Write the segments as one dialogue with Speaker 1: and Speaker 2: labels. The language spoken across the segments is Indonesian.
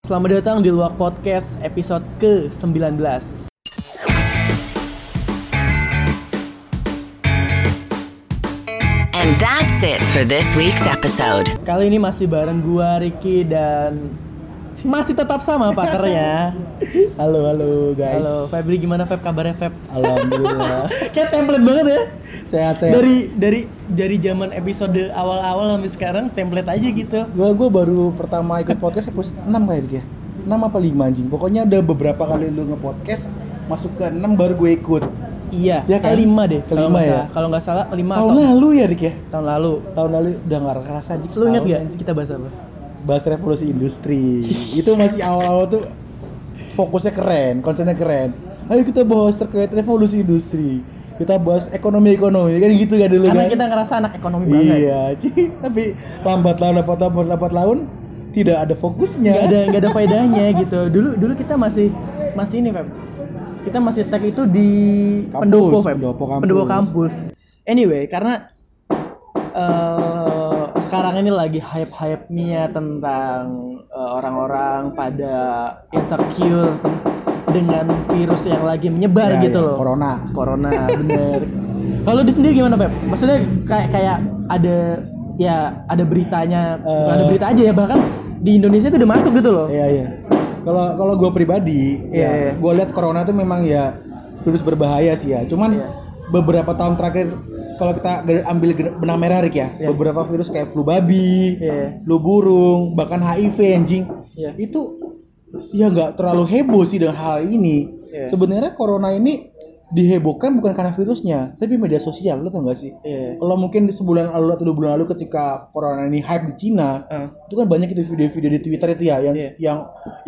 Speaker 1: Selamat datang di Luak Podcast episode ke-19
Speaker 2: And that's it for this week's episode.
Speaker 1: Kali ini masih bareng gua, Ricky, dan masih tetap sama pakarnya
Speaker 3: Halo halo guys.
Speaker 1: Halo Febri, gimana Feb? Kabarnya Feb?
Speaker 3: Alhamdulillah.
Speaker 1: Kayak template banget ya
Speaker 3: sehat sehat.
Speaker 1: Dari dari dari zaman episode awal-awal sampai sekarang template aja gitu
Speaker 3: Gua gua baru pertama ikut podcast episode 6 kayak ya. 6 apa 5 anjing. Pokoknya ada beberapa kali lu nge-podcast masuk ke 6 baru gue ikut.
Speaker 1: Iya,
Speaker 3: Ya kan?
Speaker 1: kelima deh kalau
Speaker 3: Kelima
Speaker 1: nggak
Speaker 3: ya?
Speaker 1: salah. Kalau nggak salah, kelima
Speaker 3: Tahun
Speaker 1: atau-
Speaker 3: lalu ya Dik ya.
Speaker 1: tahun lalu
Speaker 3: Tahun lalu udah nggak kerasa
Speaker 1: Lu
Speaker 3: anjing.
Speaker 1: inget
Speaker 3: setahun,
Speaker 1: gak
Speaker 3: anjing.
Speaker 1: kita bahas apa?
Speaker 3: Bahas revolusi industri. Itu masih awal-awal tuh fokusnya keren, konsennya keren. Ayo kita bahas terkait revolusi industri. Kita bahas ekonomi-ekonomi kan gitu kan dulu
Speaker 1: Karena
Speaker 3: kan.
Speaker 1: kita ngerasa anak ekonomi banget
Speaker 3: Iya, Ci. tapi lambat laun dapat lambat dapat laun tidak ada fokusnya.
Speaker 1: nggak ada nggak ada faedahnya gitu dulu dulu kita masih masih ini Feb kita masih tag itu di
Speaker 3: Kampus,
Speaker 1: pendopo Feb
Speaker 3: pendopo kampus.
Speaker 1: kampus. anyway karena eh sekarang ini lagi hype hype nya tentang eh, orang-orang pada insecure tem- dengan virus yang lagi menyebar
Speaker 3: Ya,
Speaker 1: gitu
Speaker 3: ya,
Speaker 1: loh
Speaker 3: corona.
Speaker 1: corona bener kalau di sendiri gimana Pep? maksudnya kayak kayak ada ya ada beritanya bukan ada berita aja ya bahkan di Indonesia itu udah masuk gitu loh
Speaker 3: Iya, iya. Kalau kalau gue pribadi,
Speaker 1: Iya, iya.
Speaker 3: ya, gue lihat corona tuh memang ya virus berbahaya sih ya. Cuman
Speaker 1: Iya.
Speaker 3: beberapa tahun terakhir kalau kita ge- ambil gen- benang merah Rik ya, beberapa virus kayak flu babi,
Speaker 1: Iya.
Speaker 3: flu burung, bahkan HIV anjing.
Speaker 1: Iya.
Speaker 3: Itu ya nggak terlalu heboh sih dengan hal ini.
Speaker 1: Iya.
Speaker 3: Sebenarnya corona ini dihebohkan bukan karena virusnya, tapi media sosial lo tau gak sih?
Speaker 1: Iya.
Speaker 3: Kalau mungkin sebulan lalu atau dua bulan lalu ketika corona ini hype di Cina,
Speaker 1: Ah.
Speaker 3: itu kan banyak itu video-video di Twitter itu ya yang
Speaker 1: Iya.
Speaker 3: yang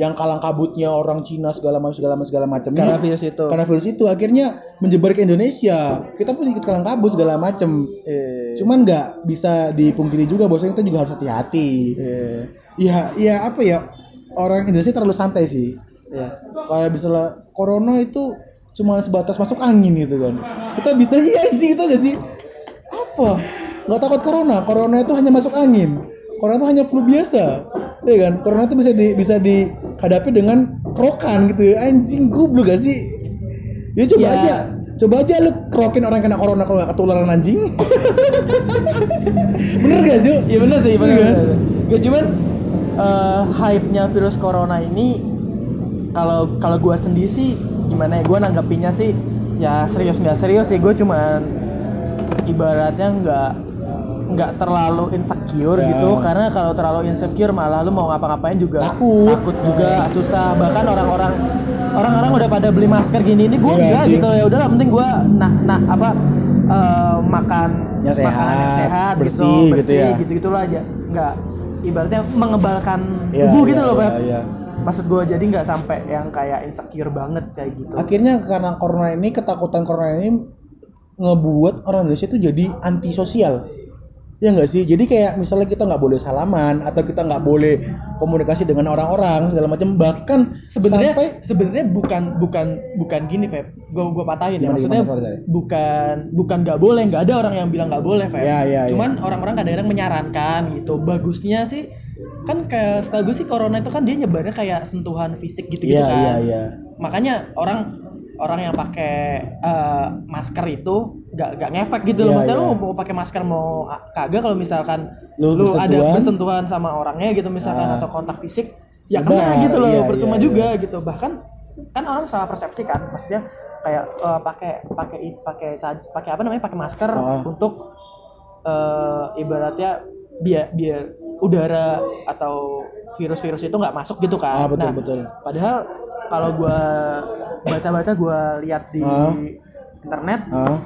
Speaker 3: yang kalang kabutnya orang Cina segala macam segala macam segala macamnya.
Speaker 1: Karena virus itu.
Speaker 3: Karena virus itu akhirnya menyebar ke Indonesia. Kita pun ikut kalang kabut segala macam.
Speaker 1: Eh,
Speaker 3: Cuman nggak bisa dipungkiri juga bahwasanya kita juga harus hati-hati.
Speaker 1: eh,
Speaker 3: Iya, iya apa ya? Orang Indonesia terlalu santai sih.
Speaker 1: ya.
Speaker 3: Kayak misalnya corona itu cuma sebatas masuk angin gitu kan. Kita bisa iya anjing itu gak sih? Apa? Gak takut corona. Corona itu hanya masuk angin. Corona itu hanya flu biasa. Iya kan? Corona itu bisa di, bisa dihadapi dengan krokan gitu. Anjing goblok gak sih? Ya coba
Speaker 1: Ya.
Speaker 3: aja. Coba aja lu krokin orang kena corona kalau gak ketularan anjing. Bener gak sih?
Speaker 1: Iya benar sih, benar.
Speaker 3: Iya.
Speaker 1: benar. Gak cuman eh, hype-nya virus corona ini kalau kalau gua sendiri sih gimana ya? Gua nanggapinnya sih ya serius nggak serius sih. Gua cuman ibaratnya nggak nggak terlalu insecure
Speaker 3: Ya.
Speaker 1: gitu karena kalau terlalu insecure malah lu mau ngapa-ngapain juga
Speaker 3: Takut.
Speaker 1: juga susah bahkan orang-orang orang-orang udah pada beli masker gini ini gua
Speaker 3: Iya,
Speaker 1: enggak
Speaker 3: anjing.
Speaker 1: gitu ya udahlah penting gua nah nah apa eh, makan
Speaker 3: Yang sehat,
Speaker 1: makanan yang sehat
Speaker 3: bersih
Speaker 1: gitu,
Speaker 3: gitu ya.
Speaker 1: gitu gitulah aja nggak ibaratnya mengebalkan
Speaker 3: Iya,
Speaker 1: tubuh gitu
Speaker 3: iya,
Speaker 1: loh
Speaker 3: iya,
Speaker 1: Pep
Speaker 3: iya.
Speaker 1: maksud gue jadi nggak sampai yang kayak insecure banget kayak gitu
Speaker 3: akhirnya karena corona ini ketakutan corona ini ngebuat orang Indonesia itu jadi antisosial ya nggak sih jadi kayak misalnya kita nggak boleh salaman atau kita nggak boleh komunikasi dengan orang-orang segala macam bahkan
Speaker 1: sebenarnya
Speaker 3: sampai
Speaker 1: sebenarnya bukan bukan bukan gini Feb gue gue patahin ya
Speaker 3: Gimana,
Speaker 1: maksudnya
Speaker 3: gimana, sorry, sorry.
Speaker 1: bukan bukan nggak boleh nggak ada orang yang bilang nggak boleh Feb
Speaker 3: Ya, ya,
Speaker 1: cuman orang-orang kadang-kadang menyarankan gitu bagusnya sih kan ke setahu gue sih corona itu kan dia nyebarnya kayak sentuhan fisik gitu gitu
Speaker 3: Iya,
Speaker 1: kan
Speaker 3: iya, iya.
Speaker 1: makanya orang orang yang pakai eh, masker itu nggak nggak ngefek gitu loh
Speaker 3: Iya,
Speaker 1: maksudnya
Speaker 3: iya.
Speaker 1: lu mau pakai masker mau a- kagak kalau misalkan
Speaker 3: Lu
Speaker 1: lu ada
Speaker 3: bersentuhan.
Speaker 1: bersentuhan sama orangnya gitu misalkan atau kontak fisik ya
Speaker 3: Nyebar,
Speaker 1: kena gitu loh
Speaker 3: iya,
Speaker 1: percuma
Speaker 3: iya,
Speaker 1: juga gitu bahkan kan orang salah persepsi kan maksudnya kayak eh, pakai pakai pakai sa- pakai apa namanya pakai masker
Speaker 3: Ah.
Speaker 1: untuk eh, ibaratnya biar biar udara atau virus-virus itu nggak masuk gitu kan
Speaker 3: Ah, betul, betul.
Speaker 1: padahal kalau gua baca-baca gua lihat di
Speaker 3: Ah.
Speaker 1: internet
Speaker 3: Hah?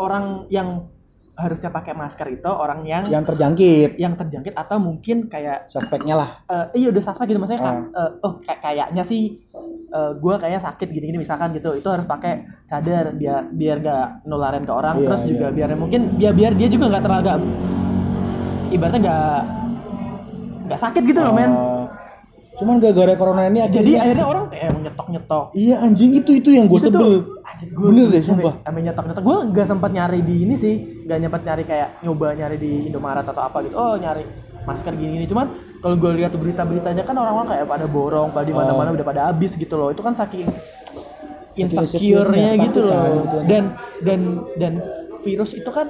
Speaker 1: orang yang harusnya pakai masker itu orang yang yang,
Speaker 3: yang terjangkit
Speaker 1: terjangkit atau mungkin kayak
Speaker 3: suspeknya lah
Speaker 1: eh iya udah suspek gitu maksudnya kan
Speaker 3: Ah.
Speaker 1: eh, oh kayak- kayaknya sih eh, gua kayaknya sakit gini-gini misalkan gitu itu harus pakai cadar biar biar gak nularin ke orang
Speaker 3: Iya,
Speaker 1: terus
Speaker 3: iya.
Speaker 1: juga biar mungkin biar biar dia juga nggak terlalu nggak- ibaratnya nggak nggak sakit gitu loh men
Speaker 3: Eh, cuman gara-gara corona ini
Speaker 1: jadi
Speaker 3: akhirnya
Speaker 1: akhirnya orang kayak nyetok nyetok
Speaker 3: iya anjing itu itu yang gue
Speaker 1: Itu tuh,
Speaker 3: sebel
Speaker 1: anjir, gua- ya.
Speaker 3: bener deh
Speaker 1: sampai-
Speaker 3: sumpah
Speaker 1: sampai nyetok nyetok gue nggak sempat nyari di ini sih nggak nyempet nyari kayak nyoba nyari di Indomaret atau apa gitu oh nyari masker gini ini cuman kalau gue lihat berita-beritanya kan orang-orang kayak pada borong pada di
Speaker 3: Oh.
Speaker 1: mana-mana udah pada habis gitu loh itu kan saking insecure-nya
Speaker 3: insecure-nya,
Speaker 1: gitu
Speaker 3: ketakutan
Speaker 1: loh
Speaker 3: gitu kan.
Speaker 1: dan dan dan virus itu kan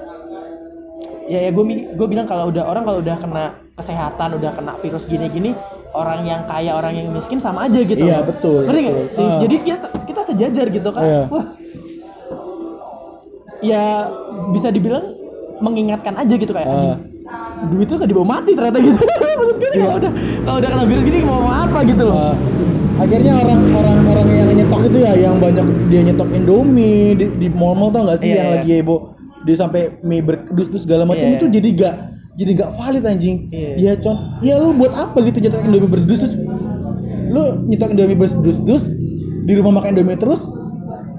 Speaker 1: ya ya gue gue bilang kalau udah orang kalau udah kena kesehatan udah kena virus gini-gini orang yang kaya orang yang miskin sama aja gitu
Speaker 3: Iya, betul,
Speaker 1: ngerti nggak
Speaker 3: betul.
Speaker 1: sih
Speaker 3: Ah.
Speaker 1: jadi kita, kita sejajar gitu kan
Speaker 3: Iya.
Speaker 1: wah ya bisa dibilang mengingatkan aja gitu kayak
Speaker 3: Ah.
Speaker 1: duit tuh gak dibawa mati ternyata gitu maksud gue
Speaker 3: Iya.
Speaker 1: kalau udah kalau udah kena virus gini mau apa gitu loh
Speaker 3: Uh, akhirnya orang-orang orang yang nyetok itu ya yang banyak dia nyetok Indomie di, di mall-mall tau gak sih
Speaker 1: Iya,
Speaker 3: yang
Speaker 1: iya.
Speaker 3: lagi heboh dia sampai mie berkedus terus segala macam
Speaker 1: Iya,
Speaker 3: itu
Speaker 1: iya.
Speaker 3: jadi gak jadi gak valid anjing.
Speaker 1: Iya.
Speaker 3: Ya con ya lu buat apa gitu nyetok Indomie berkedus terus
Speaker 1: Iya.
Speaker 3: lu nyetok Indomie berkedus terus di rumah makan Indomie terus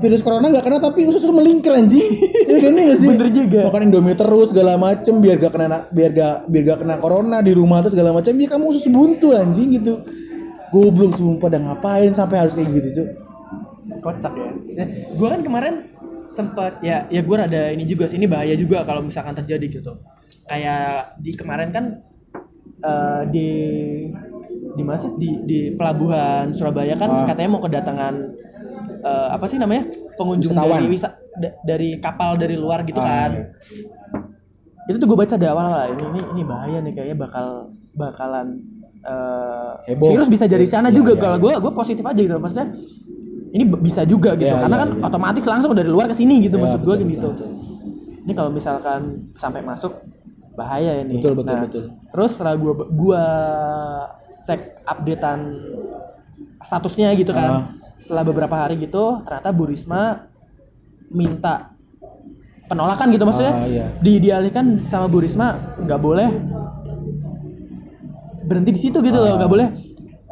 Speaker 3: virus corona gak kena tapi usus lu melingkar anjing. Iya kan iya gak sih?
Speaker 1: Bener juga.
Speaker 3: Makan Indomie terus segala macem biar gak kena biar gak biar gak kena corona di rumah terus segala macam ya kamu usus buntu anjing gitu. Goblok sumpah pada ngapain sampai harus kayak gitu cuy.
Speaker 1: kocak ya. Gue kan kemarin sempat ya ya gue ada ini juga sih ini bahaya juga kalau misalkan terjadi gitu. Kayak di kemarin kan eh, di di mana sih? di di pelabuhan Surabaya kan
Speaker 3: Ah.
Speaker 1: katanya mau kedatangan eh, apa sih namanya pengunjung
Speaker 3: Wisatawan.
Speaker 1: dari wisa- da- dari kapal dari luar gitu
Speaker 3: Ah,
Speaker 1: kan.
Speaker 3: iya.
Speaker 1: Itu tuh gue baca dari awal lah ini, ini ini bahaya nih kayaknya bakal bakalan eh,
Speaker 3: Heboh.
Speaker 1: virus bisa jadi sana
Speaker 3: Iya,
Speaker 1: juga
Speaker 3: iya,
Speaker 1: kalau gue gue positif aja gitu maksudnya ini b- bisa juga gitu
Speaker 3: Iya,
Speaker 1: karena
Speaker 3: iya,
Speaker 1: kan
Speaker 3: iya.
Speaker 1: otomatis langsung dari luar ke sini gitu
Speaker 3: Iya,
Speaker 1: maksud gue
Speaker 3: betul,
Speaker 1: gitu
Speaker 3: betul,
Speaker 1: ini kalau misalkan sampai masuk bahaya ya ini Nah,
Speaker 3: Betul, betul, betul.
Speaker 1: terus setelah gue gua cek updatean statusnya gitu kan
Speaker 3: Ah.
Speaker 1: setelah beberapa hari gitu ternyata Bu Risma minta penolakan gitu maksudnya
Speaker 3: Ah, iya.
Speaker 1: di dialihkan sama Bu Risma nggak boleh berhenti di situ
Speaker 3: Ah,
Speaker 1: gitu
Speaker 3: iya.
Speaker 1: loh nggak boleh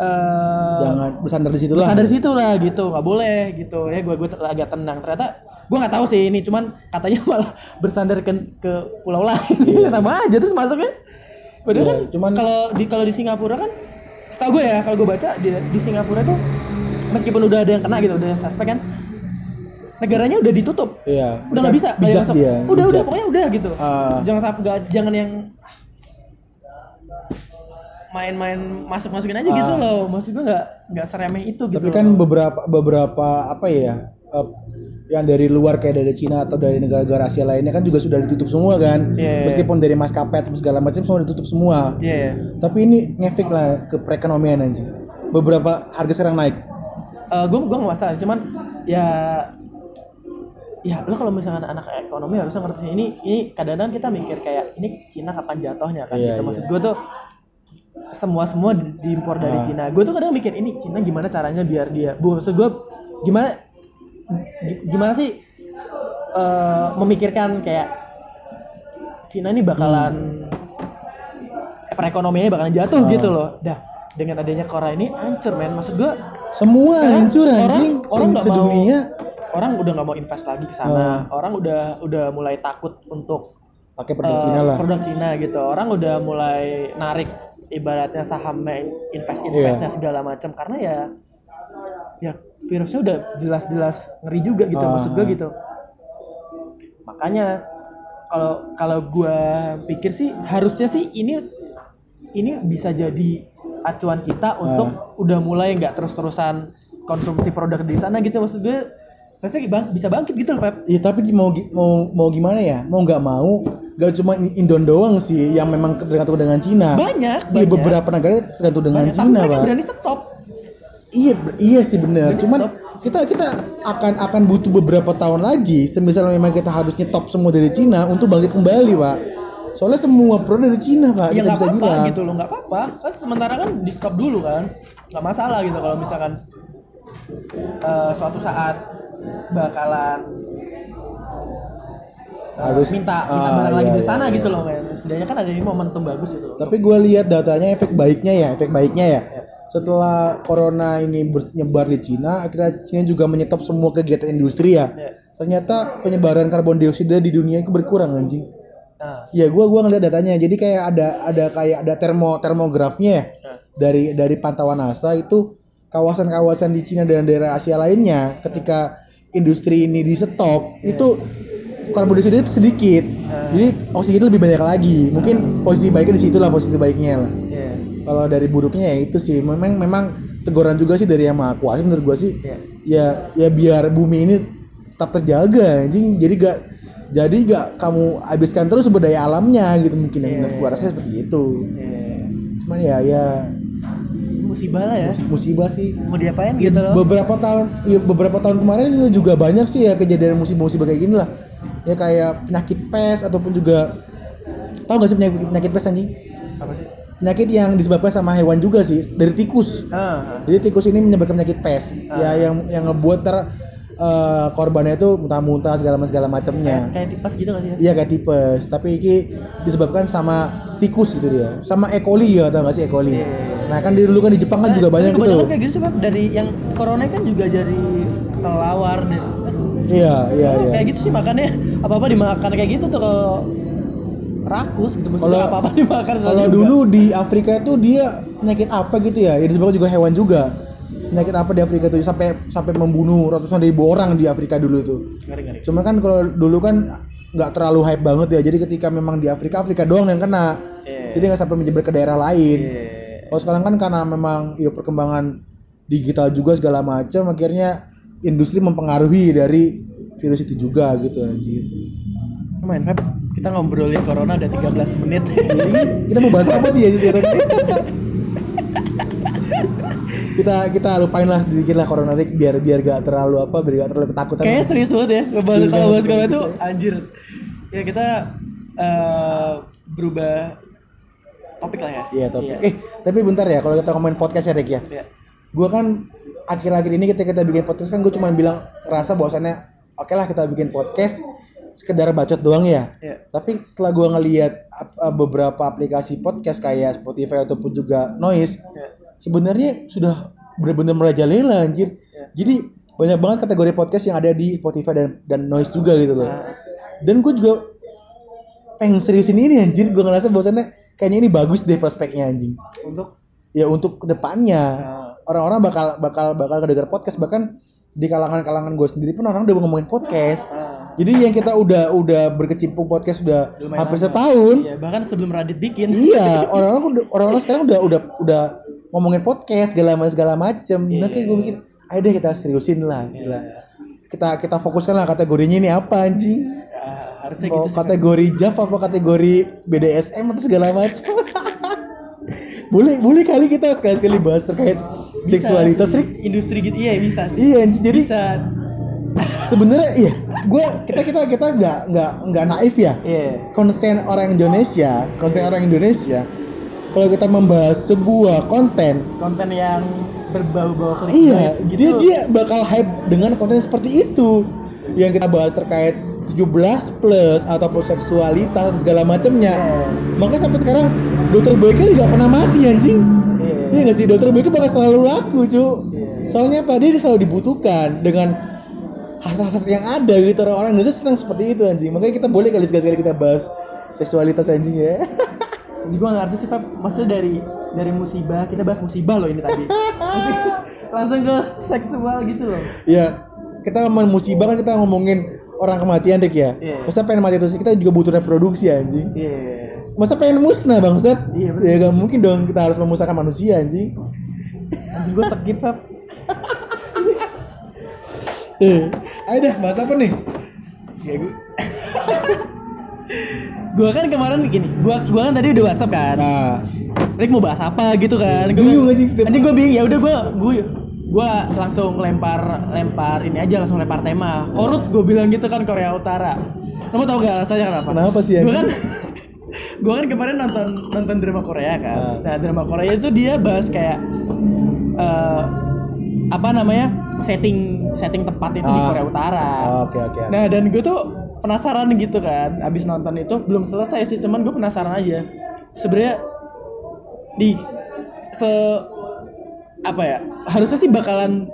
Speaker 1: eh,
Speaker 3: Jangan bersandar di situ lah.
Speaker 1: sadar situ lah gitu nggak boleh gitu ya gue gue agak tenang ternyata gue nggak tahu sih ini cuman katanya malah bersandar ke, ke pulau lain sama aja terus masuknya padahal
Speaker 3: Iya,
Speaker 1: kan
Speaker 3: cuman-
Speaker 1: kalau di kalau di Singapura kan setahu gue ya kalau gue baca di, di Singapura tuh meskipun udah ada yang kena gitu udah suspek kan negaranya udah ditutup
Speaker 3: Iya.
Speaker 1: udah nggak bisa nggak ada
Speaker 3: Bijak
Speaker 1: yang masuk.
Speaker 3: dia.
Speaker 1: udah udah
Speaker 3: bijak.
Speaker 1: pokoknya udah gitu
Speaker 3: Ah.
Speaker 1: jangan sap- nggak- jangan yang main-main masuk-masukin aja gitu loh maksud gue nggak nggak seremeh itu gitu
Speaker 3: Ah. Tapi kan
Speaker 1: loh.
Speaker 3: beberapa beberapa apa ya? eh, yang dari luar kayak dari Cina atau dari negara-negara Asia lainnya kan juga sudah ditutup semua kan.
Speaker 1: Iya, iya.
Speaker 3: Meskipun dari maskapai atau segala macam semua ditutup semua.
Speaker 1: Iya, iya.
Speaker 3: Tapi ini ngefek lah ke perekonomian anjing. Beberapa harga sekarang naik.
Speaker 1: Eh, gue gue nggak masalah cuman ya ya lo kalau misalkan anak ekonomi harusnya ngerti sih. ini ini kadang-kadang kita mikir kayak ini Cina kapan jatuhnya kan gitu
Speaker 3: Iya, iya.
Speaker 1: maksud gue tuh semua semua diimpor dari
Speaker 3: Ah.
Speaker 1: Cina gue tuh kadang mikir ini Cina gimana caranya biar dia bu maksud gue gimana gi- gimana sih eh, memikirkan kayak Cina ini bakalan
Speaker 3: Hmm.
Speaker 1: perekonomiannya bakalan
Speaker 3: Ah.
Speaker 1: jatuh gitu loh dah dengan adanya Korea ini hancur men maksud gue
Speaker 3: Semua
Speaker 1: sekarang
Speaker 3: hancur anjing.
Speaker 1: orang orang nggak mau
Speaker 3: sedunia.
Speaker 1: orang udah nggak mau invest lagi ke sana orang udah udah mulai takut untuk
Speaker 3: Pakai produk
Speaker 1: eh,
Speaker 3: Cina lah.
Speaker 1: produk Cina gitu orang udah mulai narik ibaratnya sahamnya
Speaker 3: Iya.
Speaker 1: invest investnya segala macam karena ya ya virusnya udah jelas-jelas ngeri juga gitu
Speaker 3: Ah.
Speaker 1: maksud gue gitu makanya kalau kalau gue pikir sih harusnya sih ini ini bisa jadi acuan kita
Speaker 3: Ah.
Speaker 1: untuk udah mulai nggak terus-terusan konsumsi produk di sana gitu maksud gue maksudnya bang, bisa bangkit gitu loh Pep
Speaker 3: Ya tapi di- mau gi- mau mau gimana ya? Mau nggak mau, gak cuma Indon doang sih yang memang tergantung dengan Cina.
Speaker 1: Banyak,
Speaker 3: Di
Speaker 1: banyak.
Speaker 3: beberapa negara tergantung dengan
Speaker 1: Banyak, tapi
Speaker 3: Cina,
Speaker 1: mereka
Speaker 3: Pak.
Speaker 1: berani stop
Speaker 3: Iya, ber- iya sih benar.
Speaker 1: Berani
Speaker 3: Cuman
Speaker 1: stop.
Speaker 3: kita kita akan akan butuh beberapa tahun lagi. Semisal memang kita harusnya top semua dari Cina untuk bangkit kembali, Pak. Soalnya semua pro dari Cina, Pak.
Speaker 1: ya
Speaker 3: kita
Speaker 1: nggak
Speaker 3: bisa
Speaker 1: apa-apa
Speaker 3: bilang.
Speaker 1: gitu loh nggak apa-apa kan sementara kan di stop dulu kan nggak masalah gitu kalau misalkan eh, suatu saat bakalan
Speaker 3: Harus
Speaker 1: minta minta
Speaker 3: ah,
Speaker 1: barang lagi
Speaker 3: iya,
Speaker 1: dari sana
Speaker 3: iya,
Speaker 1: gitu
Speaker 3: iya.
Speaker 1: loh men setidaknya kan ada ini momentum bagus gitu loh
Speaker 3: Tapi gue lihat datanya efek baiknya ya, efek baiknya ya. Setelah corona ini menyebar di Cina, akhirnya Cina juga menyetop semua kegiatan industri ya.
Speaker 1: Iya.
Speaker 3: Ternyata penyebaran karbon dioksida di dunia itu berkurang anjing.
Speaker 1: nah,
Speaker 3: Ya gua gua ngeliat datanya. Jadi kayak ada ada kayak ada termo termografnya ya. Dari dari pantauan NASA itu kawasan-kawasan di Cina dan daerah Asia lainnya ketika industri ini di stop itu karbon dioksida itu sedikit jadi oksigen lebih banyak lagi mungkin posisi baiknya di situ lah posisi baiknya lah
Speaker 1: Iya.
Speaker 3: kalau dari buruknya ya itu sih memang memang teguran juga sih dari yang maha kuasa menurut gua sih
Speaker 1: Iya.
Speaker 3: ya ya biar bumi ini tetap terjaga anjing jadi gak jadi gak kamu habiskan terus sumber daya alamnya gitu mungkin yang
Speaker 1: Iya,
Speaker 3: menurut gua
Speaker 1: iya.
Speaker 3: rasanya seperti itu
Speaker 1: Iya.
Speaker 3: cuman ya ya
Speaker 1: Musibah lah ya.
Speaker 3: musibah sih Iya,
Speaker 1: Mau diapain gitu loh.
Speaker 3: beberapa tahun ya beberapa tahun kemarin juga- juga banyak sih ya kejadian musim-musim kayak gini lah ya kayak penyakit pes ataupun juga tahu nggak sih penyakit, penyakit pes anjing
Speaker 1: Apa sih?
Speaker 3: penyakit yang disebabkan sama hewan juga sih dari tikus
Speaker 1: Ah,
Speaker 3: jadi tikus ini menyebabkan penyakit pes ya yang yang ngebuat ter eh, korbannya itu muntah-muntah segala segala macamnya
Speaker 1: kayak tipas gitu gak sih?
Speaker 3: Iya kayak tipes, tapi ini disebabkan sama tikus gitu dia, sama E. coli ya atau nggak sih E. coli.
Speaker 1: Iya,
Speaker 3: Nah kan di- dulu kan di Jepang kan juga
Speaker 1: Tapi
Speaker 3: banyak
Speaker 1: kebanyakan
Speaker 3: gitu.
Speaker 1: kayak gitu sih Bab. dari yang corona kan juga jadi kelawar dan
Speaker 3: Iya iya iya.
Speaker 1: kayak gitu sih makannya apa apa dimakan kayak gitu tuh kalau rakus gitu maksudnya
Speaker 3: Kalau-
Speaker 1: apa apa dimakan soalnya
Speaker 3: Kalau
Speaker 1: juga.
Speaker 3: dulu di Afrika itu dia penyakit apa gitu ya? Ya disebabkan juga hewan juga. Penyakit apa di Afrika itu sampai sampai membunuh ratusan ribu orang di Afrika dulu itu.
Speaker 1: ngeri ngeri
Speaker 3: Cuma kan kalau dulu kan nggak terlalu hype banget ya. Jadi ketika memang di Afrika Afrika doang yang kena.
Speaker 1: Iya.
Speaker 3: Jadi nggak sampai menyebar ke daerah lain. Kalau sekarang kan karena memang ya perkembangan digital juga segala macam akhirnya industri mempengaruhi dari virus itu juga gitu anjir.
Speaker 1: Lumayan, Feb. Kita ngobrolin corona udah 13 menit.
Speaker 3: Jadi kita mau bahas apa sih ya sekarang? kita kita lupain lah sedikit lah corona Rick, biar biar gak terlalu apa biar gak terlalu ketakutan
Speaker 1: Kayaknya serius banget ya. Ngebahas
Speaker 3: Serius
Speaker 1: kalau bahas corona
Speaker 3: banget.
Speaker 1: itu anjir. Ya kita eh, berubah topik lah ya.
Speaker 3: Iya, tapi eh tapi bentar ya kalau kita ngomongin podcast ya Rick ya
Speaker 1: Iya.
Speaker 3: gue kan akhir-akhir ini ketika kita bikin podcast kan gue cuma bilang rasa bahwasannya oke lah kita bikin podcast sekedar bacot doang ya
Speaker 1: Iya.
Speaker 3: tapi setelah gue ngelihat ap- eh, beberapa aplikasi podcast kayak Spotify ataupun juga Noise
Speaker 1: Iya.
Speaker 3: sebenarnya sudah benar-benar merajalela anjir jadi banyak banget kategori podcast yang ada di Spotify dan dan Noise juga gitu loh dan gue juga pengen seriusin ini anjir gue ngerasa bahwasannya kayaknya ini bagus deh prospeknya anjing
Speaker 1: Untuk
Speaker 3: ya untuk kedepannya
Speaker 1: Ah.
Speaker 3: orang-orang bakal bakal bakal kedenger podcast bahkan di kalangan-kalangan gue sendiri pun orang udah ngomongin podcast
Speaker 1: Ah.
Speaker 3: jadi yang kita udah udah berkecimpung podcast udah
Speaker 1: Lumayan
Speaker 3: hampir
Speaker 1: lama.
Speaker 3: setahun
Speaker 1: Iya, bahkan sebelum Radit bikin.
Speaker 3: iya orang-orang udah- orang-orang sekarang udah udah udah ngomongin podcast segala macam segala macem
Speaker 1: Iya,
Speaker 3: nah kayak gue mikir ayo deh kita seriusin lah gila kita kita fokuskan lah kategorinya ini apa anjing
Speaker 1: Ya, harusnya
Speaker 3: mau
Speaker 1: gitu sih.
Speaker 3: kategori Jav apa kategori BDSM atau segala macam boleh boleh kali kita sekali sekali bahas terkait
Speaker 1: Bisa
Speaker 3: seksualitas
Speaker 1: sih.
Speaker 3: Rick
Speaker 1: Industri gitu iya bisa sih.
Speaker 3: iya anjing. jadi
Speaker 1: Bisa.
Speaker 3: sebenarnya iya gue kita kita kita nggak nggak nggak naif ya
Speaker 1: Iya.
Speaker 3: konsen orang Indonesia konsen orang Indonesia kalau kita membahas sebuah konten
Speaker 1: Konten yang berbau-bau klik
Speaker 3: iya
Speaker 1: gitu.
Speaker 3: dia dia bakal hype dengan konten seperti itu yang kita bahas terkait 17 plus ataupun seksualitas segala macamnya maka sampai sekarang dokter Boyke juga pernah mati anjing
Speaker 1: Iya.
Speaker 3: Iya nggak sih dokter Boyke bakal selalu laku cu soalnya apa dia selalu dibutuhkan dengan hasrat-hasrat yang ada gitu orang-orang Indonesia senang seperti itu anjing makanya kita boleh kali sekali-sekali kita bahas seksualitas anjing ya
Speaker 1: Jadi gue ngerti sih Pep, maksudnya dari dari musibah, kita bahas musibah loh ini tadi Langsung ke seksual gitu loh
Speaker 3: Ya, kita ngomongin musibah kan kita ngomongin orang kematian Rick ya.
Speaker 1: Iya.
Speaker 3: Masa pengen mati terus kita juga butuh reproduksi anjing.
Speaker 1: Iya
Speaker 3: Masa pengen musnah bangsat?
Speaker 1: Iya, betul.
Speaker 3: ya gak mungkin dong kita harus memusnahkan manusia anjing.
Speaker 1: Anjing gue skip Pep
Speaker 3: Eh, ayo dah bahas apa nih? Iya,
Speaker 1: Gue kan kemarin gini, gue gua kan tadi udah whatsapp kan
Speaker 3: Nah,
Speaker 1: Rick mau bahas apa gitu kan Gua-
Speaker 3: Iya, Bingung anjing setiap-
Speaker 1: Anjing gue bingung, Ya yaudah gue gue gue langsung lempar lempar ini aja langsung lempar tema korut gue bilang gitu kan Korea Utara lo mau tau gak alasannya kenapa
Speaker 3: Kenapa sih,
Speaker 1: gue
Speaker 3: anjing?
Speaker 1: kan gue kan kemarin nonton nonton drama Korea kan
Speaker 3: Ah.
Speaker 1: nah drama Korea itu dia bahas kayak eh, apa namanya setting setting tepat itu di
Speaker 3: Ah.
Speaker 1: Korea Utara
Speaker 3: Ah, oke oke. oke.
Speaker 1: Nah dan gue tuh penasaran gitu kan Abis nonton itu belum selesai sih Cuman gue penasaran aja sebenarnya di se apa ya harusnya sih bakalan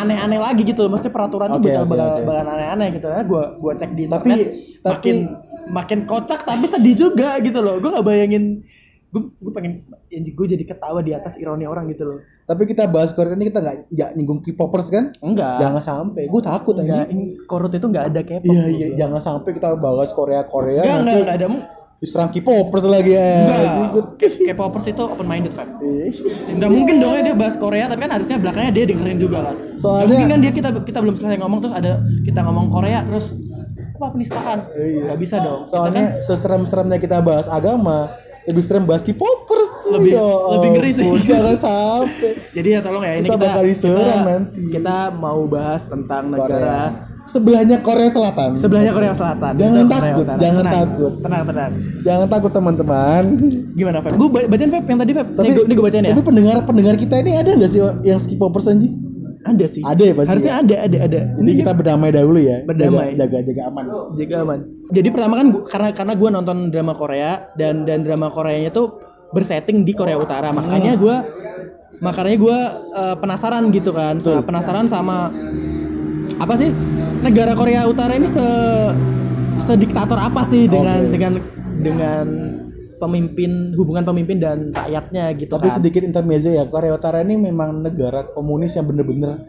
Speaker 1: aneh-aneh lagi gitu loh maksudnya peraturan tuh
Speaker 3: Oke,
Speaker 1: bakal
Speaker 3: oke,
Speaker 1: bakal
Speaker 3: oke.
Speaker 1: bakalan aneh-aneh gitu ya gue gue cek di
Speaker 3: Tapi-
Speaker 1: internet
Speaker 3: tapi-
Speaker 1: makin makin kocak tapi sedih juga gitu loh gue nggak bayangin gue gue pengen anjing gue jadi ketawa di atas ironi orang gitu loh
Speaker 3: Tapi kita bahas Korea ini kita nggak nggak nyinggung K-popers kan?
Speaker 1: enggak
Speaker 3: Jangan sampai. Gue takut
Speaker 1: enggak
Speaker 3: aja.
Speaker 1: ini korut itu enggak ada K-pop
Speaker 3: Iya
Speaker 1: menurut
Speaker 3: iya,
Speaker 1: gua.
Speaker 3: jangan sampai kita bahas Korea Korea
Speaker 1: enggak enggak
Speaker 3: nanti
Speaker 1: enggak ada mu-
Speaker 3: diserang K-popers lagi ya. Jadi
Speaker 1: enggak
Speaker 3: gua-
Speaker 1: K- K-popers itu open minded fan
Speaker 3: Iya.
Speaker 1: Enggak mungkin dong ya dia bahas Korea tapi kan harusnya belakangnya dia dengerin juga kan.
Speaker 3: Soalnya-
Speaker 1: Nggak mungkin kan dia kita kita belum selesai ngomong terus ada kita ngomong Korea terus apa penistaan.
Speaker 3: Iya.
Speaker 1: Nggak bisa dong. Kita kan
Speaker 3: Soalnya seserem-seremnya kita bahas agama, lebih serem bahas K-popers. Ya
Speaker 1: Lebih- lebih ngeri sih.
Speaker 3: ampun, Jangan sampai.
Speaker 1: jadi ya tolong ya ini
Speaker 3: Kita
Speaker 1: kita
Speaker 3: bakal diserang nanti.
Speaker 1: Kita mau bahas tentang negara
Speaker 3: Korea. Sebelahnya Korea Selatan.
Speaker 1: sebelahnya Korea Selatan.
Speaker 3: Jangan
Speaker 1: kita Korea
Speaker 3: takut,
Speaker 1: Utara.
Speaker 3: jangan
Speaker 1: tenang,
Speaker 3: takut.
Speaker 1: Tenang, tenang.
Speaker 3: Jangan takut teman-teman.
Speaker 1: Gimana Feb? Gue bacain Feb yang tadi Feb. Tapi, ini gue bacain ya.
Speaker 3: Tapi pendengar-pendengar kita ini ada nggak sih yang K-popers anjing?
Speaker 1: Ada sih.
Speaker 3: Ada ya pasti
Speaker 1: Harusnya
Speaker 3: ya?
Speaker 1: ada, ada, ada.
Speaker 3: Jadi kita berdamai dahulu ya.
Speaker 1: Berdamai.
Speaker 3: Jaga jaga, jaga aman.
Speaker 1: Jaga aman. Jadi pertama kan gua- karena karena gue nonton drama Korea dan dan drama Koreanya tuh bersetting di Korea Utara makanya
Speaker 3: Hmm.
Speaker 1: gue makanya gue penasaran gitu kan Sa- penasaran sama apa sih negara Korea Utara ini se sediktator apa sih dengan
Speaker 3: Oke.
Speaker 1: dengan dengan pemimpin hubungan pemimpin dan rakyatnya gitu
Speaker 3: Tapi
Speaker 1: kan
Speaker 3: sedikit intermezzo ya, Korea Utara ini memang negara komunis yang bener-bener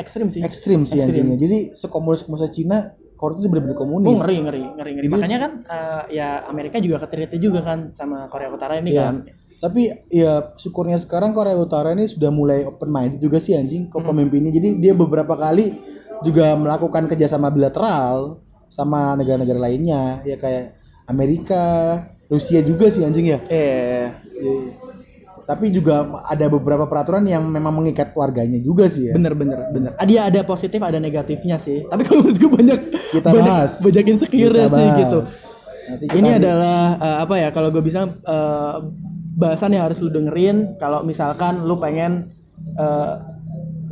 Speaker 1: ekstrim sih
Speaker 3: ekstrim sih
Speaker 1: Ekstrim.
Speaker 3: anjingnya. Jadi sekomunis-komunisnya Cina, Korea itu bener-bener komunis.
Speaker 1: Oh ngeri ngeri ngeri ngeri makanya kan eh, ya Amerika juga ketiriknya juga kan sama Korea Utara ini
Speaker 3: Iya.
Speaker 1: kan
Speaker 3: Tapi ya syukurnya sekarang Korea Utara ini sudah mulai open minded juga sih anjing ke
Speaker 1: Hmm.
Speaker 3: pemimpinnya. Jadi dia beberapa kali juga melakukan kerjasama bilateral sama negara-negara lainnya ya kayak Amerika, Rusia juga sih anjing ya.
Speaker 1: eh
Speaker 3: Tapi juga ada beberapa peraturan yang memang mengikat warganya juga sih ya.
Speaker 1: bener bener bener Ah, dia ada positif ada negatifnya sih tapi kalau menurut gue banyak
Speaker 3: Kita
Speaker 1: banyak,
Speaker 3: bahas.
Speaker 1: banyak insecure
Speaker 3: Kita
Speaker 1: sih
Speaker 3: bahas.
Speaker 1: gitu
Speaker 3: Nanti kita
Speaker 1: ini
Speaker 3: ambil-
Speaker 1: adalah eh, apa ya kalau gue bisa eh, bahasan yang harus lu dengerin kalau misalkan lu pengen eh,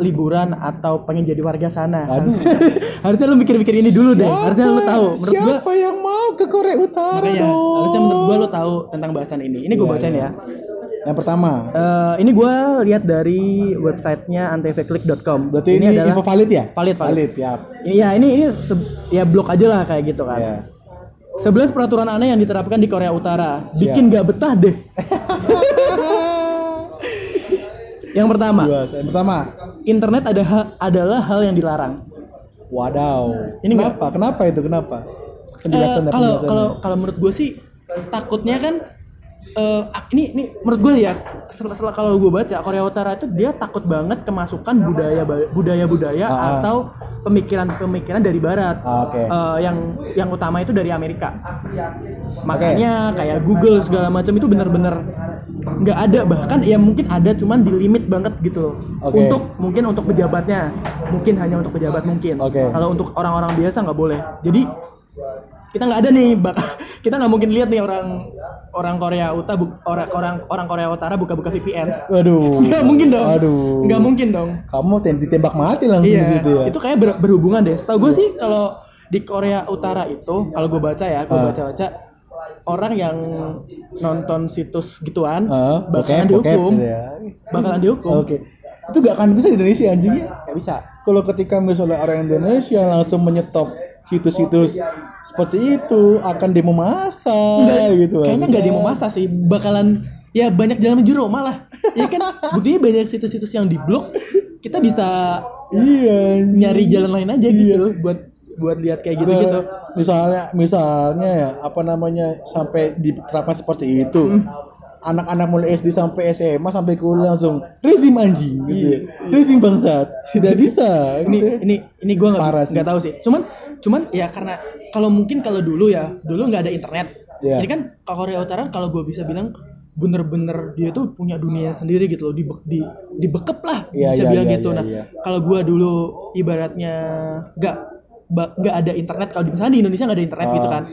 Speaker 1: liburan atau pengen jadi warga sana
Speaker 3: Aduh.
Speaker 1: harusnya, harusnya lu mikir-mikir ini dulu deh harusnya lu tahu menurut gue
Speaker 3: siapa yang mau ke Korea Utara
Speaker 1: makanya
Speaker 3: dong? Iya,
Speaker 1: harusnya menurut gue lu tahu tentang bahasan ini ini gue bacain ya
Speaker 3: Yang pertama,
Speaker 1: Eh, ini gue lihat dari websitenya antvclick.com
Speaker 3: berarti ini, info valid ya?
Speaker 1: Valid, valid.
Speaker 3: ya.
Speaker 1: Ini- Ya ini ini se- ya blok aja lah kayak gitu kan.
Speaker 3: Ya.
Speaker 1: 11 peraturan aneh yang diterapkan di Korea Utara bikin nggak betah deh. yang pertama,
Speaker 3: Dua, yang pertama,
Speaker 1: internet ada ha- adalah hal yang dilarang.
Speaker 3: Wadaw.
Speaker 1: Ini
Speaker 3: kenapa? Kenapa itu? Kenapa? Penjelasan
Speaker 1: Eh,
Speaker 3: dan
Speaker 1: kalau
Speaker 3: penjelasan.
Speaker 1: kalau kalau menurut gue sih takutnya kan eh, ah, ini ini menurut gue ya setelah, setelah kalau gue baca Korea Utara itu dia takut banget kemasukan budaya budaya budaya
Speaker 3: Ah, ah.
Speaker 1: atau pemikiran pemikiran dari Barat
Speaker 3: Ah, oke.
Speaker 1: Eh, yang yang utama itu dari Amerika makanya kayak Google segala macam itu benar-benar nggak ada bahkan ya mungkin ada cuman di limit banget gitu
Speaker 3: Oke.
Speaker 1: untuk mungkin untuk pejabatnya mungkin hanya untuk pejabat mungkin
Speaker 3: Oke.
Speaker 1: kalau Eh, untuk orang-orang biasa nggak boleh jadi kita nggak ada nih bak kita nggak mungkin lihat nih orang orang Korea Utara bu- orang orang orang Korea Utara buka-buka VPN
Speaker 3: Aduh.
Speaker 1: nggak mungkin dong
Speaker 3: Aduh.
Speaker 1: nggak mungkin dong
Speaker 3: Kamu tem- ditembak mati langsung di
Speaker 1: iya
Speaker 3: situ ya. Iya.
Speaker 1: itu kayak ber- berhubungan deh setahu gue sih kalau di Korea Utara itu kalau gue baca ya gue
Speaker 3: Ah.
Speaker 1: baca-baca orang yang nonton situs gituan
Speaker 3: Ah,
Speaker 1: bakalan
Speaker 3: bokep, bokep
Speaker 1: dihukum
Speaker 3: gitu ya. Oh.
Speaker 1: bakalan dihukum
Speaker 3: Oke. Itu gak akan bisa di Indonesia anjingnya.
Speaker 1: nggak bisa
Speaker 3: Kalau ketika misalnya orang Indonesia langsung menyetop situs-situs seperti itu akan demo massa
Speaker 1: Iya,
Speaker 3: gitu.
Speaker 1: kayaknya nggak demo masa sih bakalan ya banyak jalan menuju Roma lah ya kan buktinya banyak situs-situs yang diblok kita bisa
Speaker 3: Iya. anjing.
Speaker 1: nyari jalan lain aja gitu buat buat lihat kayak gitu
Speaker 3: Nah,
Speaker 1: gitu
Speaker 3: misalnya misalnya ya apa namanya sampai diterapkan seperti itu
Speaker 1: Hmm.
Speaker 3: anak-anak mulai SD sampai SMA sampai kuliah langsung rezim anjing gitu ya. rezim bangsat tidak bisa
Speaker 1: Iya, ini
Speaker 3: gitu ya.
Speaker 1: ini ini gue
Speaker 3: Parah
Speaker 1: nggak
Speaker 3: sih.
Speaker 1: nggak tahu sih cuman cuman ya karena kalau mungkin kalau dulu ya dulu nggak ada internet
Speaker 3: Iya.
Speaker 1: jadi kan kalau Korea Utara kalau gue bisa bilang bener-bener dia tuh punya dunia sendiri gitu loh di di dibekep lah
Speaker 3: Iya,
Speaker 1: bisa
Speaker 3: iya,
Speaker 1: bilang
Speaker 3: iya,
Speaker 1: gitu
Speaker 3: iya,
Speaker 1: nah
Speaker 3: iya.
Speaker 1: kalau gue dulu ibaratnya nggak ba- nggak ada internet kalau di- misalnya di Indonesia nggak ada internet
Speaker 3: Ah.
Speaker 1: gitu kan